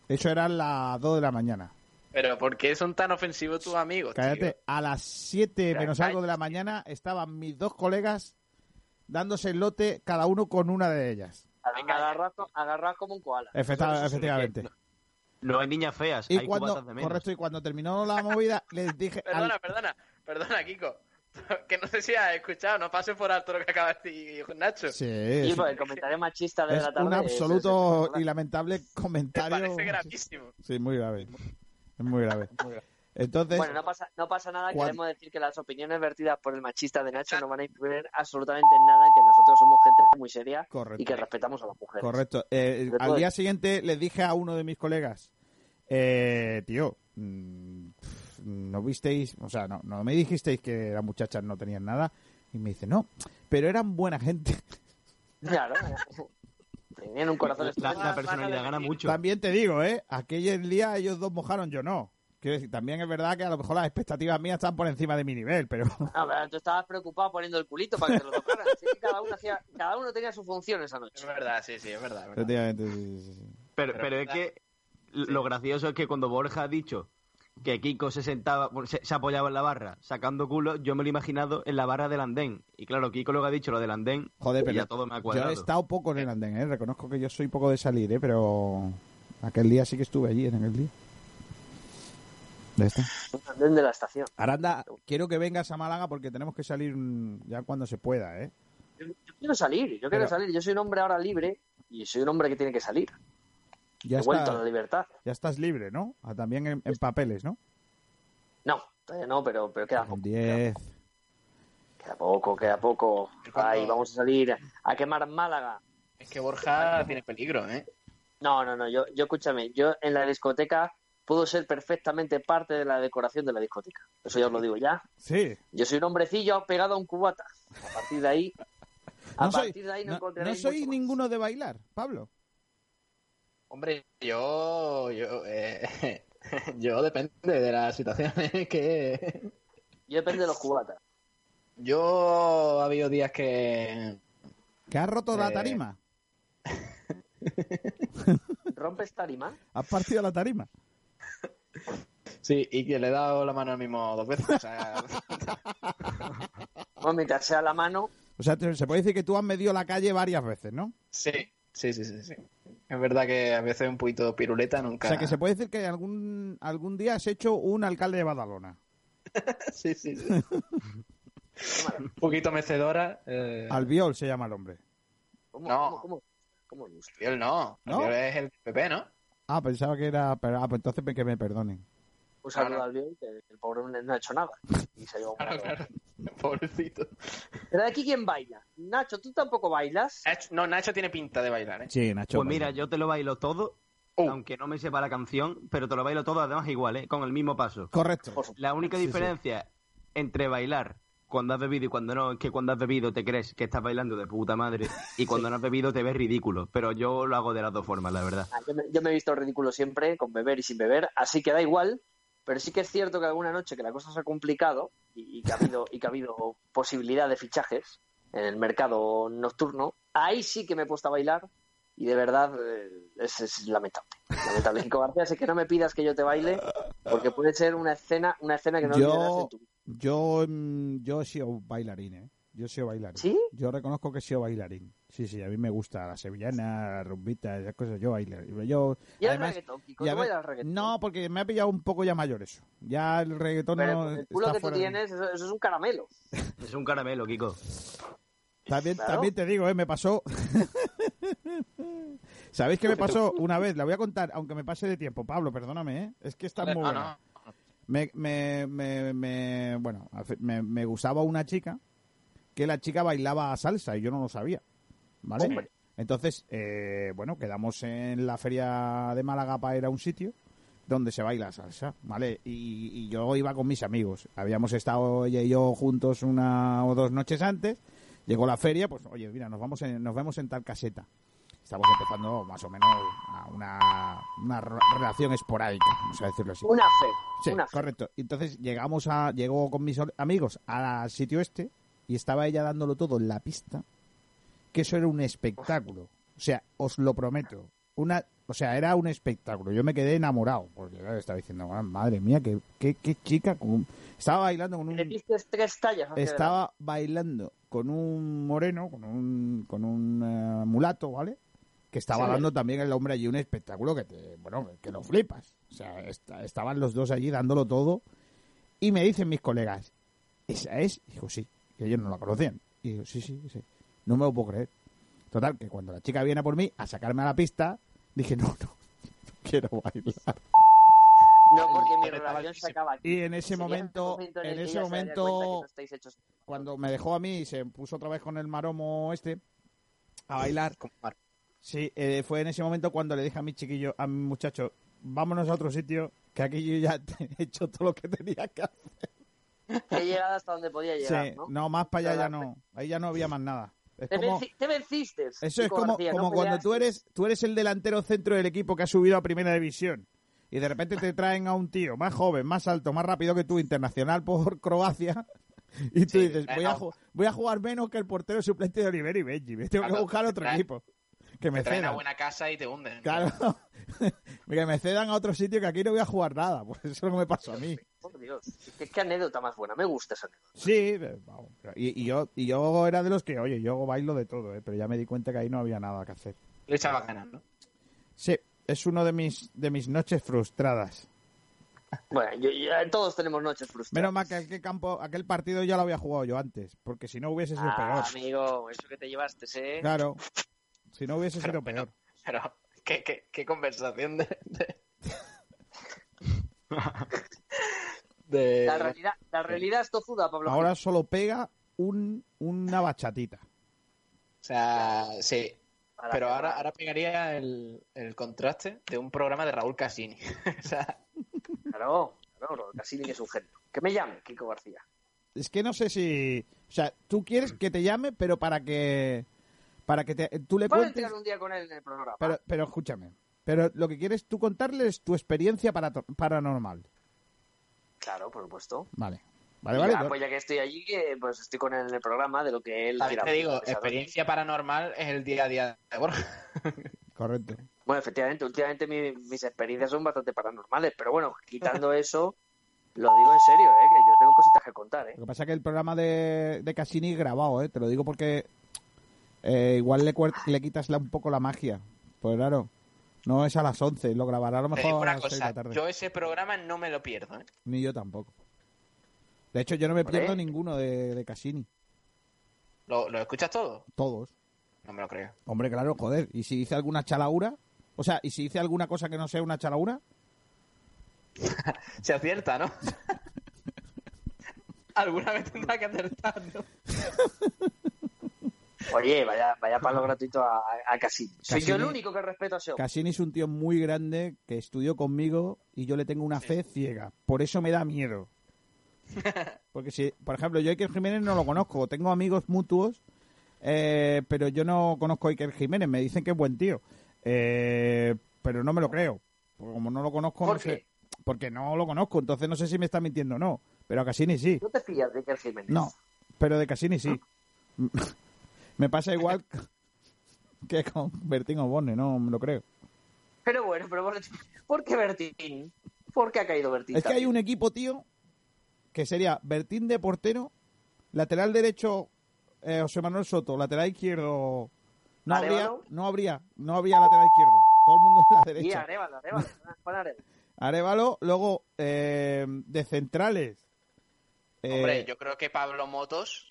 Speaker 1: Eso eran las 2 de la mañana.
Speaker 2: Pero ¿por qué son tan ofensivos tus amigos? tío?
Speaker 1: Cállate, a las 7
Speaker 2: Ya,
Speaker 1: menos algo de la mañana estaban mis dos colegas dándose el lote cada uno con una de ellas.
Speaker 2: Ah, Venga,
Speaker 4: Agarras, co- agarras como un koala.
Speaker 1: Efecta-
Speaker 3: Eso se
Speaker 1: efectivamente.
Speaker 3: No hay niñas feas,
Speaker 1: Y
Speaker 3: hay
Speaker 1: cuando,
Speaker 3: cubatas de menos.
Speaker 1: correcto, y cuando terminó la movida, les dije... al-
Speaker 2: Perdona, perdona, perdona, Kiko. Que no sé si has escuchado, no pases por alto lo que acaba de decir Nacho.
Speaker 1: Sí,
Speaker 4: Y
Speaker 1: es,
Speaker 4: pues, el comentario machista de
Speaker 1: es
Speaker 4: la tarde.
Speaker 1: un
Speaker 4: es-
Speaker 1: absoluto
Speaker 4: es-
Speaker 1: y lamentable
Speaker 2: Me
Speaker 1: comentario.
Speaker 2: parece gravísimo.
Speaker 1: Sí, muy grave. Es muy grave. Entonces,
Speaker 4: Bueno, no pasa, no pasa nada.
Speaker 1: Cuan-
Speaker 4: Queremos decir que las opiniones vertidas por el machista de Nacho no van a influir absolutamente en nada en que nosotros somos gente muy seria
Speaker 1: correcto.
Speaker 4: y que respetamos a las mujeres.
Speaker 1: correcto. Eh,
Speaker 4: Sobre todo
Speaker 1: al día
Speaker 4: eso.
Speaker 1: siguiente le dije a uno de mis colegas, eh, tío, mm, pf, no visteis, o sea, no, no me dijisteis que las muchachas no tenían nada. Y me dice, no, pero eran buena gente.
Speaker 4: Claro. Tenían un corazón
Speaker 3: La,
Speaker 4: estupendo.
Speaker 3: la personalidad gana mucho.
Speaker 1: También te digo, ¿eh? Aquel día ellos dos mojaron, yo no. Quiero decir, también es verdad que a lo mejor las expectativas mías están por encima de mi nivel, pero
Speaker 4: Ah, pero tú estabas preocupado poniendo el culito para que te lo tocaran. Así que cada uno, hacía, cada uno tenía su función esa
Speaker 2: Es
Speaker 4: noche.
Speaker 2: verdad, sí, sí, es verdad. es verdad.
Speaker 1: efectivamente, sí, sí, sí.
Speaker 3: Pero,
Speaker 2: Pero-
Speaker 3: pero es que lo gracioso es que cuando Borja ha dicho que Kiko se sentaba, bueno, se, se apoyaba en la barra, sacando culo, yo me lo he imaginado en la barra del andén. Y claro, Kiko lo que ha dicho, lo del andén,
Speaker 1: Joder,
Speaker 3: y
Speaker 1: pero
Speaker 3: ya todo me ha
Speaker 1: Yo
Speaker 3: cuadrado.
Speaker 1: he estado poco en el andén, ¿eh? reconozco que yo soy poco de salir, ¿eh? pero aquel día sí que estuve allí, en aquel día. Ya está.
Speaker 4: Un andén de la estación.
Speaker 1: Aranda, quiero que vengas a Málaga porque tenemos que salir mm, ya cuando se pueda, ¿eh?
Speaker 4: Yo quiero salir, yo quiero
Speaker 1: Pero-
Speaker 4: salir. Yo soy un hombre ahora libre y soy un hombre que tiene que salir.
Speaker 1: Ya,
Speaker 4: he vuelto a la
Speaker 1: está,
Speaker 4: libertad.
Speaker 1: ya estás libre, ¿no? Ah, también en, en papeles, ¿no?
Speaker 4: No, todavía no, pero, pero queda poco.
Speaker 1: Diez.
Speaker 4: Queda poco, queda poco. Ay, vamos a salir a quemar Málaga.
Speaker 2: Es que Borja tiene peligro, ¿eh?
Speaker 4: No, no, no, yo, yo escúchame, yo en la discoteca puedo ser perfectamente parte de la decoración de la discoteca. Eso ya os lo digo ya.
Speaker 1: Sí.
Speaker 4: Yo soy un hombrecillo pegado a un cubata. A partir de ahí, a
Speaker 1: No soy-
Speaker 4: partir de ahí no,
Speaker 1: no- no
Speaker 4: encontraréis
Speaker 1: sois
Speaker 4: mucho más.
Speaker 1: ninguno de bailar, Pablo.
Speaker 2: Hombre, yo. Yo, eh, yo depende de la situación ¿eh? que.
Speaker 4: Yo depende de los cubatas.
Speaker 2: Yo ha habido días que.
Speaker 1: Que has roto la
Speaker 2: Eh.
Speaker 1: tarima.
Speaker 4: ¿Rompes tarima?
Speaker 1: Has partido la tarima.
Speaker 2: Sí, y que le he dado la mano al mismo dos veces. O sea,
Speaker 4: Bueno, mientras sea la mano,
Speaker 1: O sea, te- se puede decir que tú has medido la calle varias veces, ¿no?
Speaker 2: sí, sí, sí, sí, sí. Es verdad que a veces un poquito piruleta nunca.
Speaker 1: O sea, que se puede decir que algún, algún día has hecho un alcalde de Badalona.
Speaker 2: Sí, sí, sí. un poquito mecedora. Eh...
Speaker 1: Albiol se llama el hombre.
Speaker 4: ¿cómo,
Speaker 2: No.
Speaker 4: cómo, cómo, cómo lo usas?
Speaker 2: Albiol no.
Speaker 1: ¿No?
Speaker 2: Albiol es el PP, ¿no?
Speaker 1: Ah, pensaba que era... pero- ah, pues entonces me- que me perdonen.
Speaker 4: Un saludo
Speaker 2: Claro.
Speaker 4: al bien, que el pobre hombre no ha hecho nada. Y se ha llevado una roba.
Speaker 2: Pobrecito.
Speaker 4: Pero de aquí, ¿quién baila? Nacho, ¿tú tampoco bailas?
Speaker 2: Nacho- No, Nacho tiene pinta de bailar, ¿eh?
Speaker 1: Sí, Nacho.
Speaker 3: Pues mira, yo te lo bailo todo,
Speaker 2: Uh.
Speaker 3: aunque no me sepa la canción, pero te lo bailo todo además igual, ¿eh? con el mismo paso.
Speaker 1: Correcto.
Speaker 4: Por supuesto.
Speaker 3: La única
Speaker 1: Sí,
Speaker 3: diferencia entre bailar cuando has bebido y cuando no es que cuando has bebido te crees que estás bailando de puta madre y cuando no has bebido te ves ridículo. Pero yo lo hago de las dos formas, la verdad.
Speaker 4: Ah, Yo me, yo me he visto ridículo siempre, con beber y sin beber, así que da igual. Pero sí que es cierto que alguna noche que la cosa se ha complicado y, y que, ha habido, y que ha habido posibilidad de fichajes en el mercado nocturno, ahí sí que me he puesto a bailar y de verdad eh, es, es lamentable. Lamentable. Kiko García, así que no me pidas que yo te baile porque puede ser una escena, una escena que no
Speaker 1: Yo-
Speaker 4: olvidarás en tu vida.
Speaker 1: Yo, mm, yo he sido bailarín, ¿eh? Yo he sido bailarín.
Speaker 4: ¿Sí?
Speaker 1: Yo reconozco que he sido bailarín. Sí, sí, a mí me gusta la sevillana, la rumbita, esas cosas. Yo bailo. Yo,
Speaker 4: Y el
Speaker 1: además,
Speaker 4: reggaetón, Kiko,
Speaker 1: y a
Speaker 4: tú
Speaker 1: ver-
Speaker 4: bailas reggaetón.
Speaker 1: No, porque me ha pillado un poco ya mayor eso. Ya el reggaetón
Speaker 4: pero
Speaker 1: no
Speaker 4: el culo
Speaker 1: está
Speaker 4: que tú
Speaker 1: fuera de-
Speaker 4: tienes, eso, eso es un caramelo.
Speaker 3: Es un caramelo, Kiko.
Speaker 1: También,
Speaker 4: Claro.
Speaker 1: también te digo, ¿eh? me pasó. ¿Sabéis qué me pasó una vez? La voy a contar, aunque me pase de tiempo. Pablo, perdóname, ¿eh? es que está muy
Speaker 2: Ah,
Speaker 1: buena.
Speaker 2: no.
Speaker 1: Me, me, me, me- bueno, afe- me, me gustaba una chica que la chica bailaba salsa y yo no lo sabía. ¿Vale?
Speaker 4: Hombre.
Speaker 1: Entonces, eh, bueno, quedamos en la feria de Málaga para ir a un sitio donde se baila salsa, ¿vale? Y, y yo iba con mis amigos. Habíamos estado ella y yo juntos una o dos noches antes. Llegó la feria, pues, oye, mira, nos vamos en- nos vemos en tal caseta. Estamos empezando más o menos a una, una ro- relación esporádica, vamos a decirlo así.
Speaker 4: Una fe.
Speaker 1: Sí,
Speaker 4: una fe.
Speaker 1: correcto. Entonces llegamos a, llegó con mis amigos al sitio este y estaba ella dándolo todo en la pista, que eso era un espectáculo. O sea, os lo prometo. Una, o sea, era un espectáculo. Yo me quedé enamorado, porque claro, estaba diciendo, "Ah, madre mía, qué, qué, qué chica. con un-". Estaba bailando con un...
Speaker 4: Le diste tres tallas. hacia adelante.
Speaker 1: Estaba bailando con un moreno, con un, con un eh, mulato, ¿vale? Que estaba
Speaker 4: Sí.
Speaker 1: dando también el hombre allí un espectáculo que te, bueno, que lo flipas. O sea, esta- estaban los dos allí dándolo todo. Y me dicen mis colegas, ¿esa es? Dijo, sí, que ellos no la conocían. Y digo, sí, sí, sí. No me lo puedo creer. Total, que cuando la chica viene a por mí a sacarme a la pista, dije, no, no, no quiero bailar.
Speaker 4: No, porque mi
Speaker 2: Estaba
Speaker 4: relación se
Speaker 2: malísimo.
Speaker 4: acaba aquí.
Speaker 1: Y en ese
Speaker 4: Sería
Speaker 1: momento,
Speaker 4: momento en el
Speaker 1: en
Speaker 4: que
Speaker 1: ese
Speaker 4: ella se daría cuenta que
Speaker 1: momento,
Speaker 4: no estáis hechos-
Speaker 1: cuando me dejó a mí y se puso otra vez con el maromo este a bailar.
Speaker 2: Como Mar-
Speaker 1: Sí, eh, fue en ese momento cuando le dije a mi chiquillo, a mi muchacho, vámonos a otro sitio, que aquí yo ya he hecho todo lo que tenía que hacer.
Speaker 4: He llegado hasta donde podía llegar,
Speaker 1: Sí,
Speaker 4: ¿no?
Speaker 1: más para allá ya no. Ahí ya no había más nada. Es
Speaker 4: Te,
Speaker 1: como,
Speaker 4: venci- te venciste.
Speaker 1: eso es
Speaker 4: Kiko
Speaker 1: como,
Speaker 4: García, no
Speaker 2: Pues
Speaker 4: Pues
Speaker 1: como cuando tú
Speaker 4: peleaste.
Speaker 1: eres, tú eres el delantero centro del equipo que ha subido a primera división. Y de repente te traen a un tío más joven, más alto, más rápido que tú, internacional por Croacia. Y tú
Speaker 2: Sí,
Speaker 1: dices,
Speaker 2: eh,
Speaker 1: voy a,
Speaker 2: no.
Speaker 1: ju- voy a jugar menos que el portero suplente de Oliver y Benji. Me tengo que
Speaker 2: Claro,
Speaker 1: buscar otro
Speaker 2: te traen-
Speaker 1: equipo. Que me
Speaker 2: Te traen a
Speaker 1: cedan.
Speaker 2: buena casa y te hunden.
Speaker 1: Claro. que me cedan a otro sitio que aquí no voy a jugar nada. Pues eso es lo que me pasó a mí.
Speaker 4: Por Dios, qué, qué anécdota más buena. Me gusta esa anécdota.
Speaker 1: Sí, pero, vamos, pero- y, y yo, y yo era de los que, oye, yo bailo de todo, ¿eh? pero ya me di cuenta que ahí no había nada que hacer.
Speaker 2: Le echaba ganas, ¿no?
Speaker 1: Sí, es uno de mis, de mis noches frustradas.
Speaker 4: Bueno, yo- yo- todos tenemos noches frustradas.
Speaker 1: Menos mal que aquel, campo, aquel partido ya lo había jugado yo antes, porque si no hubiese sido
Speaker 4: Ah,
Speaker 1: peor.
Speaker 4: amigo, eso que te llevaste, ¿eh?
Speaker 1: Claro, si no hubiese sido peor.
Speaker 2: Pero qué, qué- qué conversación de. de- de-
Speaker 4: La realidad, la realidad es tozuda, Pablo.
Speaker 1: Ahora solo pega un, una bachatita.
Speaker 2: O sea, sí.
Speaker 4: Para-
Speaker 2: Pero ahora, ahora pegaría el, el contraste de un programa de Raúl Cassini. o sea,
Speaker 4: Claro, claro, Cassini que es un genio. Que me llame, Kiko García.
Speaker 1: Es que no sé si, o sea, tú quieres que te llame, pero para que para que te- tú le
Speaker 4: Vamos a
Speaker 1: cuentes,
Speaker 4: entrar un día con él en el programa.
Speaker 1: pero, pero escúchame. Pero lo que quieres tú contarle es tu experiencia para- paranormal.
Speaker 4: Claro, por supuesto.
Speaker 1: Vale. Vale, vale.
Speaker 4: Ya, pues ya que estoy allí, que pues estoy con él en el programa de lo que él
Speaker 2: también
Speaker 4: quiera.
Speaker 2: te digo,
Speaker 4: Pues, a ver.
Speaker 2: experiencia paranormal es el día a día de Borja.
Speaker 1: Correcto.
Speaker 4: Bueno, efectivamente, últimamente mi- mis experiencias son bastante paranormales, pero bueno, quitando eso, lo digo en serio, ¿eh? que yo tengo cositas que contar. ¿eh?
Speaker 1: Lo que pasa es que el programa de, de Cassini es grabado, ¿eh? Te lo digo porque eh, igual le, cuer- le quitas la- un poco la magia. Pues claro, no es a las 11, lo grabará a lo
Speaker 2: Te digo
Speaker 1: mejor a
Speaker 2: Eh, una
Speaker 1: las 6 de
Speaker 2: cosa,
Speaker 1: la tarde.
Speaker 2: yo ese programa no me lo pierdo. ¿eh?
Speaker 1: Ni yo tampoco. De hecho, yo no me
Speaker 4: Vale.
Speaker 1: pierdo ninguno de, de Cassini.
Speaker 2: ¿Lo, lo escuchas todo?
Speaker 1: Todos.
Speaker 2: No me lo creo.
Speaker 1: Hombre, claro, joder. ¿Y si dice alguna chalaura? O sea, ¿y si dice alguna cosa que no sea una chalaura?
Speaker 2: Se acierta, ¿no? Alguna vez tendrá que acertar, ¿no?
Speaker 4: Oye, vaya, vaya palo gratuito a, a Cassini. Soy
Speaker 1: Cassini-
Speaker 4: yo el único que respeto a ese hombre.
Speaker 1: Cassini es un tío muy grande que estudió conmigo y yo le tengo una fe ciega. Por eso me da miedo. Porque si, por ejemplo, yo a Iker Jiménez no lo conozco. Tengo amigos mutuos, eh, pero yo no conozco a Iker Jiménez. Me dicen que es buen tío. Eh, pero no me lo creo. Porque como no lo conozco,
Speaker 4: ¿Por
Speaker 1: no
Speaker 4: qué?
Speaker 1: sé. Porque no lo conozco. Entonces no sé si me está mintiendo o no. Pero a Cassini sí.
Speaker 4: No te fías de Iker Jiménez.
Speaker 1: No, pero de Cassini sí. me pasa igual que con Bertín Osborne, no me lo creo.
Speaker 4: Pero bueno, pero ¿por- ¿por qué Bertín? ¿Por qué ha caído Bertín?
Speaker 1: Es que hay
Speaker 4: también?
Speaker 1: un equipo, tío, que sería Bertín de portero, lateral derecho eh, José Manuel Soto, lateral izquierdo. No habría,
Speaker 4: Arévalo.
Speaker 1: no habría, no habría lateral izquierdo. Todo el mundo en la
Speaker 4: Y
Speaker 1: derecha.
Speaker 4: Arevalo, Arevalo, pon Arevalo.
Speaker 1: Arevalo, luego eh, de centrales. eh,
Speaker 2: Hombre, yo creo que Pablo Motos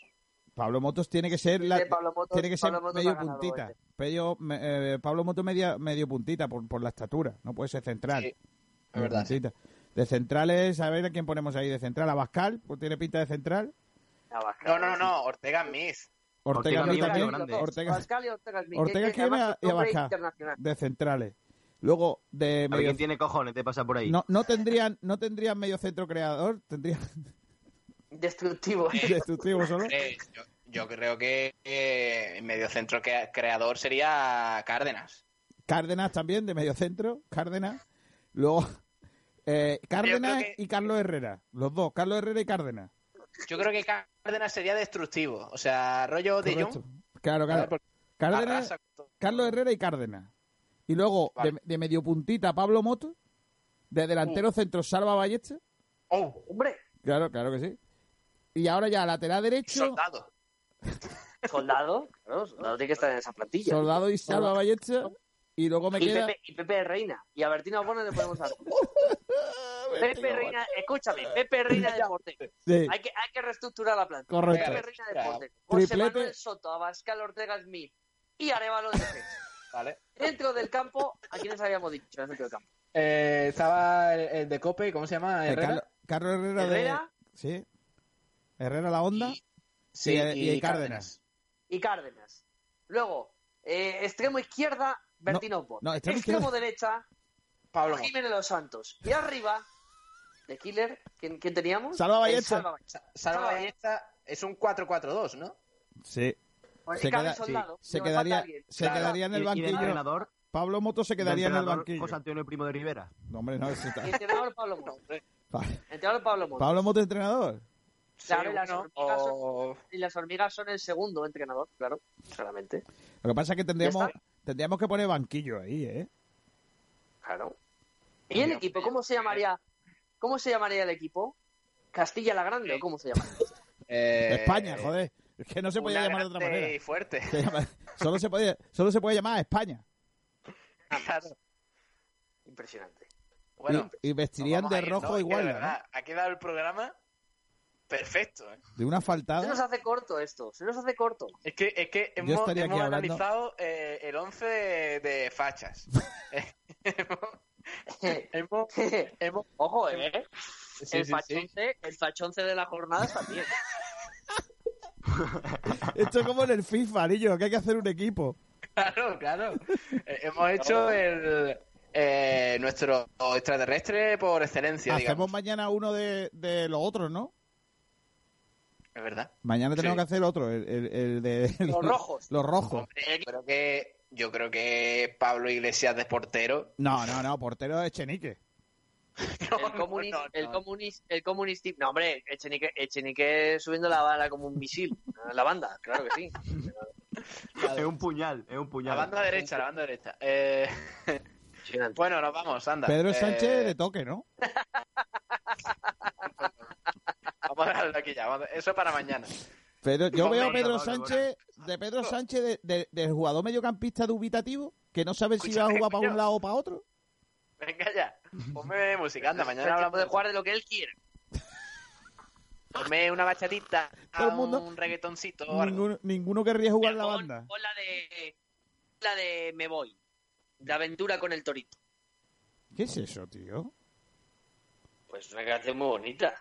Speaker 1: Pablo Motos tiene que ser la-
Speaker 4: Dice Eh, Pablo Motos-
Speaker 1: tiene que ser
Speaker 4: Pablo Motos ha
Speaker 1: medio
Speaker 4: ganado
Speaker 1: puntita.
Speaker 4: este.
Speaker 1: Medio- me- eh, Pablo Motos media, medio puntita por, por la estatura, no puede ser central.
Speaker 2: Sí, es
Speaker 1: Medio
Speaker 2: verdad. sí.
Speaker 1: puntita. De centrales, a ver a quién ponemos ahí de central, a Bascal, pues tiene pinta de central.
Speaker 4: Abascal.
Speaker 2: No, no, no, Ortega Smith.
Speaker 1: Ortega,
Speaker 3: Ortega
Speaker 1: Smith
Speaker 3: Miguel
Speaker 1: también,
Speaker 3: Grande.
Speaker 1: Ortega,
Speaker 4: Abascal y Ortega Smith.
Speaker 1: Ortega
Speaker 4: Que- que
Speaker 1: Jiménez
Speaker 4: además
Speaker 1: y
Speaker 4: es un hombre
Speaker 1: Abascal.
Speaker 4: internacional.
Speaker 1: de centrales. Luego de
Speaker 3: A ver
Speaker 1: medio-
Speaker 3: quién tiene cojones de pasar por ahí.
Speaker 1: no, no tendrían no tendrían medio centro creador, tendrían
Speaker 4: Destructivo.
Speaker 1: destructivo solo.
Speaker 2: Eh, yo, yo creo que eh, medio centro crea- creador sería Cárdenas.
Speaker 1: Cárdenas también de medio centro, Cárdenas. Luego eh, Cárdenas
Speaker 2: que-
Speaker 1: y Carlos Herrera, los dos, Carlos Herrera y Cárdenas.
Speaker 2: Yo creo que Cárdenas sería destructivo. O sea, rollo de
Speaker 1: Correcto. Claro, claro. Cárdenas, Carlos Herrera y Cárdenas. Y luego,
Speaker 2: Vale.
Speaker 1: de, de medio puntita, Pablo Moto. De
Speaker 4: Mm.
Speaker 1: delantero centro, Salva Ballesta.
Speaker 2: Oh,
Speaker 4: Hombre,
Speaker 1: Claro, claro que sí. Y ahora ya, lateral derecho,
Speaker 2: soldado.
Speaker 4: soldado. Claro, soldado tiene que estar en esa plantilla.
Speaker 1: Soldado y Salva Ballesta. Y luego me
Speaker 4: Y
Speaker 1: queda...
Speaker 4: Pepe, y Pepe Reina. Y a Bertino Bono le podemos dar. Pepe Reina, escúchame, Pepe Reina de Portero.
Speaker 1: Sí,
Speaker 4: Hay que, hay que reestructurar la planta.
Speaker 1: correcto.
Speaker 4: Pepe Reina de
Speaker 2: Claro.
Speaker 4: Portero. José
Speaker 1: Triplete.
Speaker 4: Manuel Soto, Abascal Ortega Smith y Arevalo de defensa.
Speaker 2: ¿vale?
Speaker 4: Dentro del campo, ¿a quiénes habíamos dicho? en el Dentro del campo.
Speaker 2: Eh, estaba el, el de Cope, ¿cómo se llama?
Speaker 1: Eh,
Speaker 2: Herrera.
Speaker 1: Carlos, Carlos Herrera,
Speaker 4: Herrera
Speaker 1: de... Sí. Herrera la onda.
Speaker 2: Y- sí,
Speaker 1: y- y Cárdenas.
Speaker 4: y Cárdenas. Luego, eh, extremo izquierda, Bertino Osborne.
Speaker 1: no, extremo
Speaker 4: extremo, derecha,
Speaker 2: Pablo Motos.
Speaker 4: Jiménez Los Santos. Y arriba, de Killer, ¿quién, quién teníamos?
Speaker 1: Salva
Speaker 4: El
Speaker 1: Ballesta.
Speaker 4: Salva Ballesta.
Speaker 2: Sa- Salva
Speaker 4: Salva.
Speaker 2: Ballesta es un 4-4-2, ¿no?
Speaker 1: Sí.
Speaker 4: Pues
Speaker 1: Se
Speaker 4: y Carlos
Speaker 1: queda-
Speaker 4: Soldado.
Speaker 1: Se
Speaker 4: Nos falta
Speaker 1: quedaría,
Speaker 4: alguien.
Speaker 1: se
Speaker 2: Claro.
Speaker 1: quedaría en el
Speaker 3: Y- Y, de
Speaker 1: banquillo.
Speaker 3: entrenador,
Speaker 1: Pablo Moto se quedaría
Speaker 3: de
Speaker 1: en el
Speaker 3: entrenador,
Speaker 1: banquillo.
Speaker 3: José Antonio Primo de Rivera.
Speaker 1: No, hombre, no. eso está-
Speaker 4: Y entrenador Pablo Motos.
Speaker 1: Vale.
Speaker 4: Entrenador Pablo Motos.
Speaker 1: Pablo Moto entrenador.
Speaker 4: Claro, y las
Speaker 2: bueno,
Speaker 4: hormigas son-
Speaker 2: o-
Speaker 4: Y las hormigas son el segundo entrenador, claro, claramente.
Speaker 1: Lo que pasa es que tendríamos,
Speaker 4: Ya
Speaker 1: tendríamos que poner banquillo ahí, ¿eh?
Speaker 4: Claro. ¿Y el equipo? ¿Cómo se llamaría? ¿Cómo se llamaría el equipo? ¿Castilla la Grande o cómo se llama?
Speaker 2: eh,
Speaker 1: España, joder. Es que no se podía
Speaker 2: una
Speaker 1: llamar de otra
Speaker 2: grande
Speaker 1: manera.
Speaker 2: Y fuerte.
Speaker 1: Se llama- solo, se podía, solo se puede llamar España.
Speaker 2: Ah, Claro.
Speaker 4: Impresionante.
Speaker 2: Bueno,
Speaker 1: y, y
Speaker 2: nos
Speaker 1: vestirían
Speaker 2: vamos
Speaker 1: de
Speaker 2: a ir, ¿no?
Speaker 1: rojo
Speaker 2: Es que de
Speaker 1: igual. ¿no?
Speaker 2: verdad, Ha quedado el programa perfecto. ¿eh?
Speaker 1: De una
Speaker 4: Se nos
Speaker 1: faltada.
Speaker 4: hace corto esto, se nos hace corto.
Speaker 2: Es que, es que hemos,
Speaker 1: estaría aquí
Speaker 2: hemos
Speaker 1: hablando-
Speaker 2: analizado eh, el 11 de, de fachas. hemos, hemos-
Speaker 4: Ojo, ¿eh?
Speaker 2: sí, sí,
Speaker 4: el,
Speaker 2: sí.
Speaker 4: fachonce, el fachonce de la jornada también.
Speaker 1: Esto es como en el FIFA, niño, que hay que hacer un equipo.
Speaker 2: Claro, claro. Eh, hemos hecho el, eh, nuestro extraterrestre por excelencia,
Speaker 1: Hacemos
Speaker 2: digamos.
Speaker 1: mañana uno de, de los otros, ¿no?
Speaker 2: Es verdad.
Speaker 1: Mañana tenemos
Speaker 2: Sí.
Speaker 1: que hacer otro, el, el- el de
Speaker 4: Los rojos.
Speaker 1: Los rojos.
Speaker 2: Hombre, yo creo que, yo creo que Pablo Iglesias de portero.
Speaker 1: No, no, no, portero de Chenique.
Speaker 4: El comunis, el comunis, el comunis tip- No, hombre, Echenique, Echenique subiendo la bala como un misil. La banda, claro que sí.
Speaker 3: Es un puñal, es un
Speaker 2: La
Speaker 3: puñal.
Speaker 2: banda derecha, la banda derecha. Eh,
Speaker 4: Impresionante.
Speaker 2: bueno, nos vamos, anda.
Speaker 1: Pedro
Speaker 2: Eh,
Speaker 1: Sánchez de toque, ¿no?
Speaker 2: Vamos a dejarlo aquí ya. vamos a- Eso para mañana.
Speaker 1: Pero yo
Speaker 2: Hombre,
Speaker 1: veo a
Speaker 2: no,
Speaker 1: Pedro
Speaker 3: no,
Speaker 1: Sánchez, de Pedro Sánchez, de- de- del jugador mediocampista dubitativo, que no sabe si va a
Speaker 2: Escúchame,
Speaker 1: jugar para un
Speaker 2: coño.
Speaker 1: lado o para otro.
Speaker 2: Venga ya. Ponme música, anda. Mañana
Speaker 4: Mañana
Speaker 2: hablamos
Speaker 4: de jugar de lo que él quiere.
Speaker 2: Ponme una bachatita,
Speaker 1: Todo el mundo-
Speaker 2: un reggaetoncito o algo.
Speaker 1: Ninguno, ninguno querría jugar en
Speaker 4: Mira,
Speaker 1: la
Speaker 4: pon-
Speaker 1: banda.
Speaker 4: pon la de, la de Me Voy. De aventura con el torito.
Speaker 1: ¿Qué es eso, tío?
Speaker 4: Pues una canción muy bonita.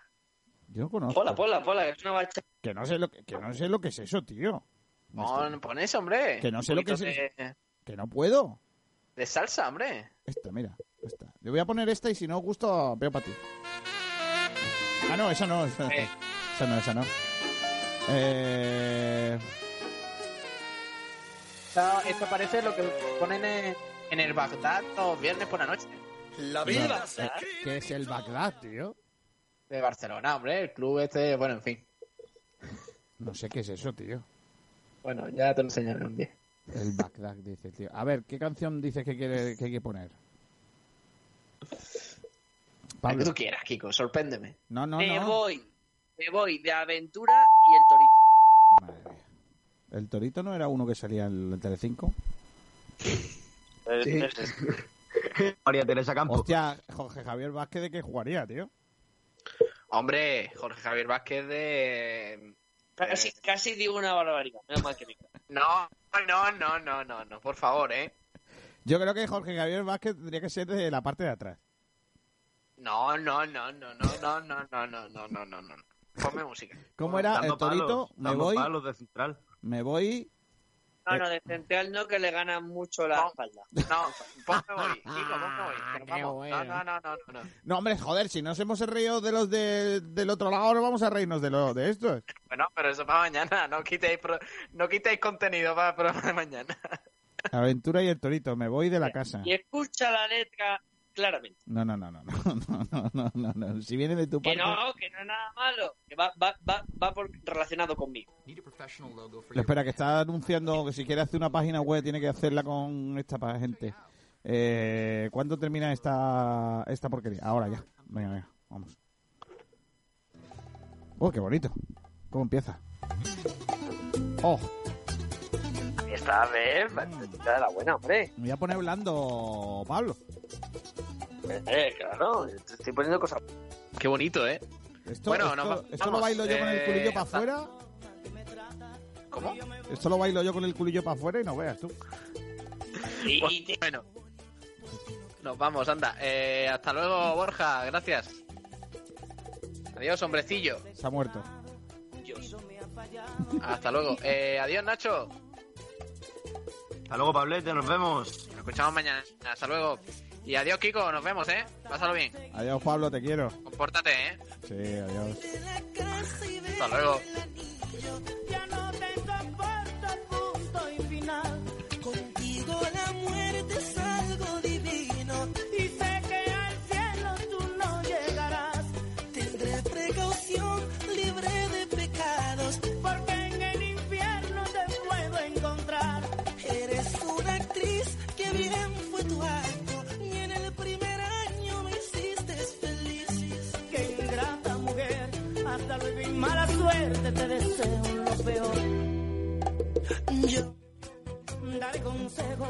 Speaker 1: Yo no conozco.
Speaker 4: Pola, pola, pola, que es una bachata.
Speaker 1: Que no sé lo que, que no sé lo que es eso, tío. No estoy-
Speaker 2: Pon, pon eso, hombre.
Speaker 1: Que no sé
Speaker 2: Un
Speaker 1: lo que
Speaker 2: poquito
Speaker 1: es
Speaker 2: De,
Speaker 1: que no puedo.
Speaker 2: de salsa, hombre.
Speaker 1: Esta, mira, esta. Le voy a poner esta y si no os gusta, veo para ti. Ah, no, esa no, esa,
Speaker 2: Eh.
Speaker 1: esa no, esa no. Eh,
Speaker 2: Esto, parece lo que ponen en, el Bagdad los viernes por la noche.
Speaker 6: La
Speaker 1: no,
Speaker 6: vida
Speaker 1: eh, ¿Qué es el Bagdad, tío?
Speaker 2: De Barcelona, hombre. El club este, bueno, en fin.
Speaker 1: No sé qué es eso, tío.
Speaker 2: Bueno, ya te lo enseñaré un día.
Speaker 1: El Bagdad, dice, tío. A ver, ¿qué canción dices que, quiere, que hay que poner?
Speaker 2: La que
Speaker 1: Pablo.
Speaker 2: tú quieras, Kiko. Sorpréndeme.
Speaker 1: No, no,
Speaker 4: me
Speaker 1: no.
Speaker 4: voy. Me voy de aventura y el torito.
Speaker 1: Madre mía. El Torito no era uno que salía en el Telecinco.
Speaker 3: María Teresa Campos.
Speaker 1: Hostia, Jorge Javier Vázquez, ¿de qué jugaría, tío?
Speaker 2: Hombre, Jorge Javier Vázquez de...
Speaker 4: Casi, casi digo una barbaridad. Menos mal que me cago.
Speaker 2: No, no, no, no, no, no. Por favor, ¿eh?
Speaker 1: Yo creo que Jorge Javier Vázquez tendría que ser de la parte de atrás.
Speaker 2: No, no, no, no, no, no, no, no, no, no, no, no, no. Ponme música.
Speaker 1: ¿Cómo era?
Speaker 3: Dando
Speaker 1: El torito,
Speaker 3: palos,
Speaker 1: me
Speaker 3: dando
Speaker 1: voy,
Speaker 3: palos de central.
Speaker 1: me voy.
Speaker 4: No, no, de central no, que le ganan mucho la
Speaker 2: No.
Speaker 4: espalda.
Speaker 2: No, ponme voy, Kiko, ponme voy. Pero vamos, No, no, no, no, no.
Speaker 1: No, hombre, joder, si nos hemos reído de los de- del otro lado, ahora vamos a reírnos de, lo, de estos.
Speaker 2: Bueno, pero eso para mañana. No quitéis, pro- no quitéis contenido para el programa de mañana.
Speaker 1: Aventura y el torito, me voy de la casa.
Speaker 4: Y escucha la letra claramente.
Speaker 1: No, no, no, no, no, no, no, no, no. Si viene de tu
Speaker 4: Que
Speaker 1: parte,
Speaker 4: no, que no es nada malo. Que va, va, va, va por, relacionado conmigo.
Speaker 1: espera, que está anunciando que si quiere hacer una página web tiene que hacerla con esta pa- gente. Eh, ¿Cuándo termina esta, esta porquería? Ahora ya. Venga, venga, vamos. Oh, qué bonito. ¿Cómo empieza? Oh,
Speaker 4: Esta vez, de la buena, hombre.
Speaker 1: me voy a poner blando, Pablo.
Speaker 4: Eh, claro, te estoy poniendo cosas.
Speaker 2: Qué bonito, ¿eh?
Speaker 1: Esto,
Speaker 2: Bueno,
Speaker 1: esto,
Speaker 2: nos va-
Speaker 1: esto lo
Speaker 2: vamos,
Speaker 1: bailo yo con el
Speaker 2: eh,
Speaker 1: culillo para
Speaker 2: hasta-
Speaker 1: afuera.
Speaker 2: ¿Cómo?
Speaker 1: Esto lo bailo yo con el culillo para afuera y no veas tú.
Speaker 4: Y, y-
Speaker 2: Bueno. Nos vamos, anda. Eh, hasta luego, Borja. Gracias. Adiós, hombrecillo.
Speaker 1: Se ha muerto.
Speaker 4: Dios.
Speaker 2: Hasta luego. Eh, adiós, Nacho.
Speaker 3: Hasta luego, Pablete, nos vemos.
Speaker 2: Nos escuchamos mañana. Hasta luego. Y adiós, Kiko. Nos vemos, ¿eh? Pásalo bien.
Speaker 1: Adiós, Pablo, te quiero.
Speaker 2: Compórtate, ¿eh?
Speaker 1: Sí, adiós.
Speaker 2: Hasta luego.
Speaker 7: Ya no te soporto, punto y final. Contigo la muerte es algo divino. Y sé que al cielo tú no llegarás. Tendré precaución libre de pecados. Porque en el infierno te puedo encontrar. Eres una actriz que bien fue tu acto. Y en el primer año me hiciste feliz. Qué ingrata mujer. Hasta luego y mala suerte te deseo lo peor. Yo daré consejo.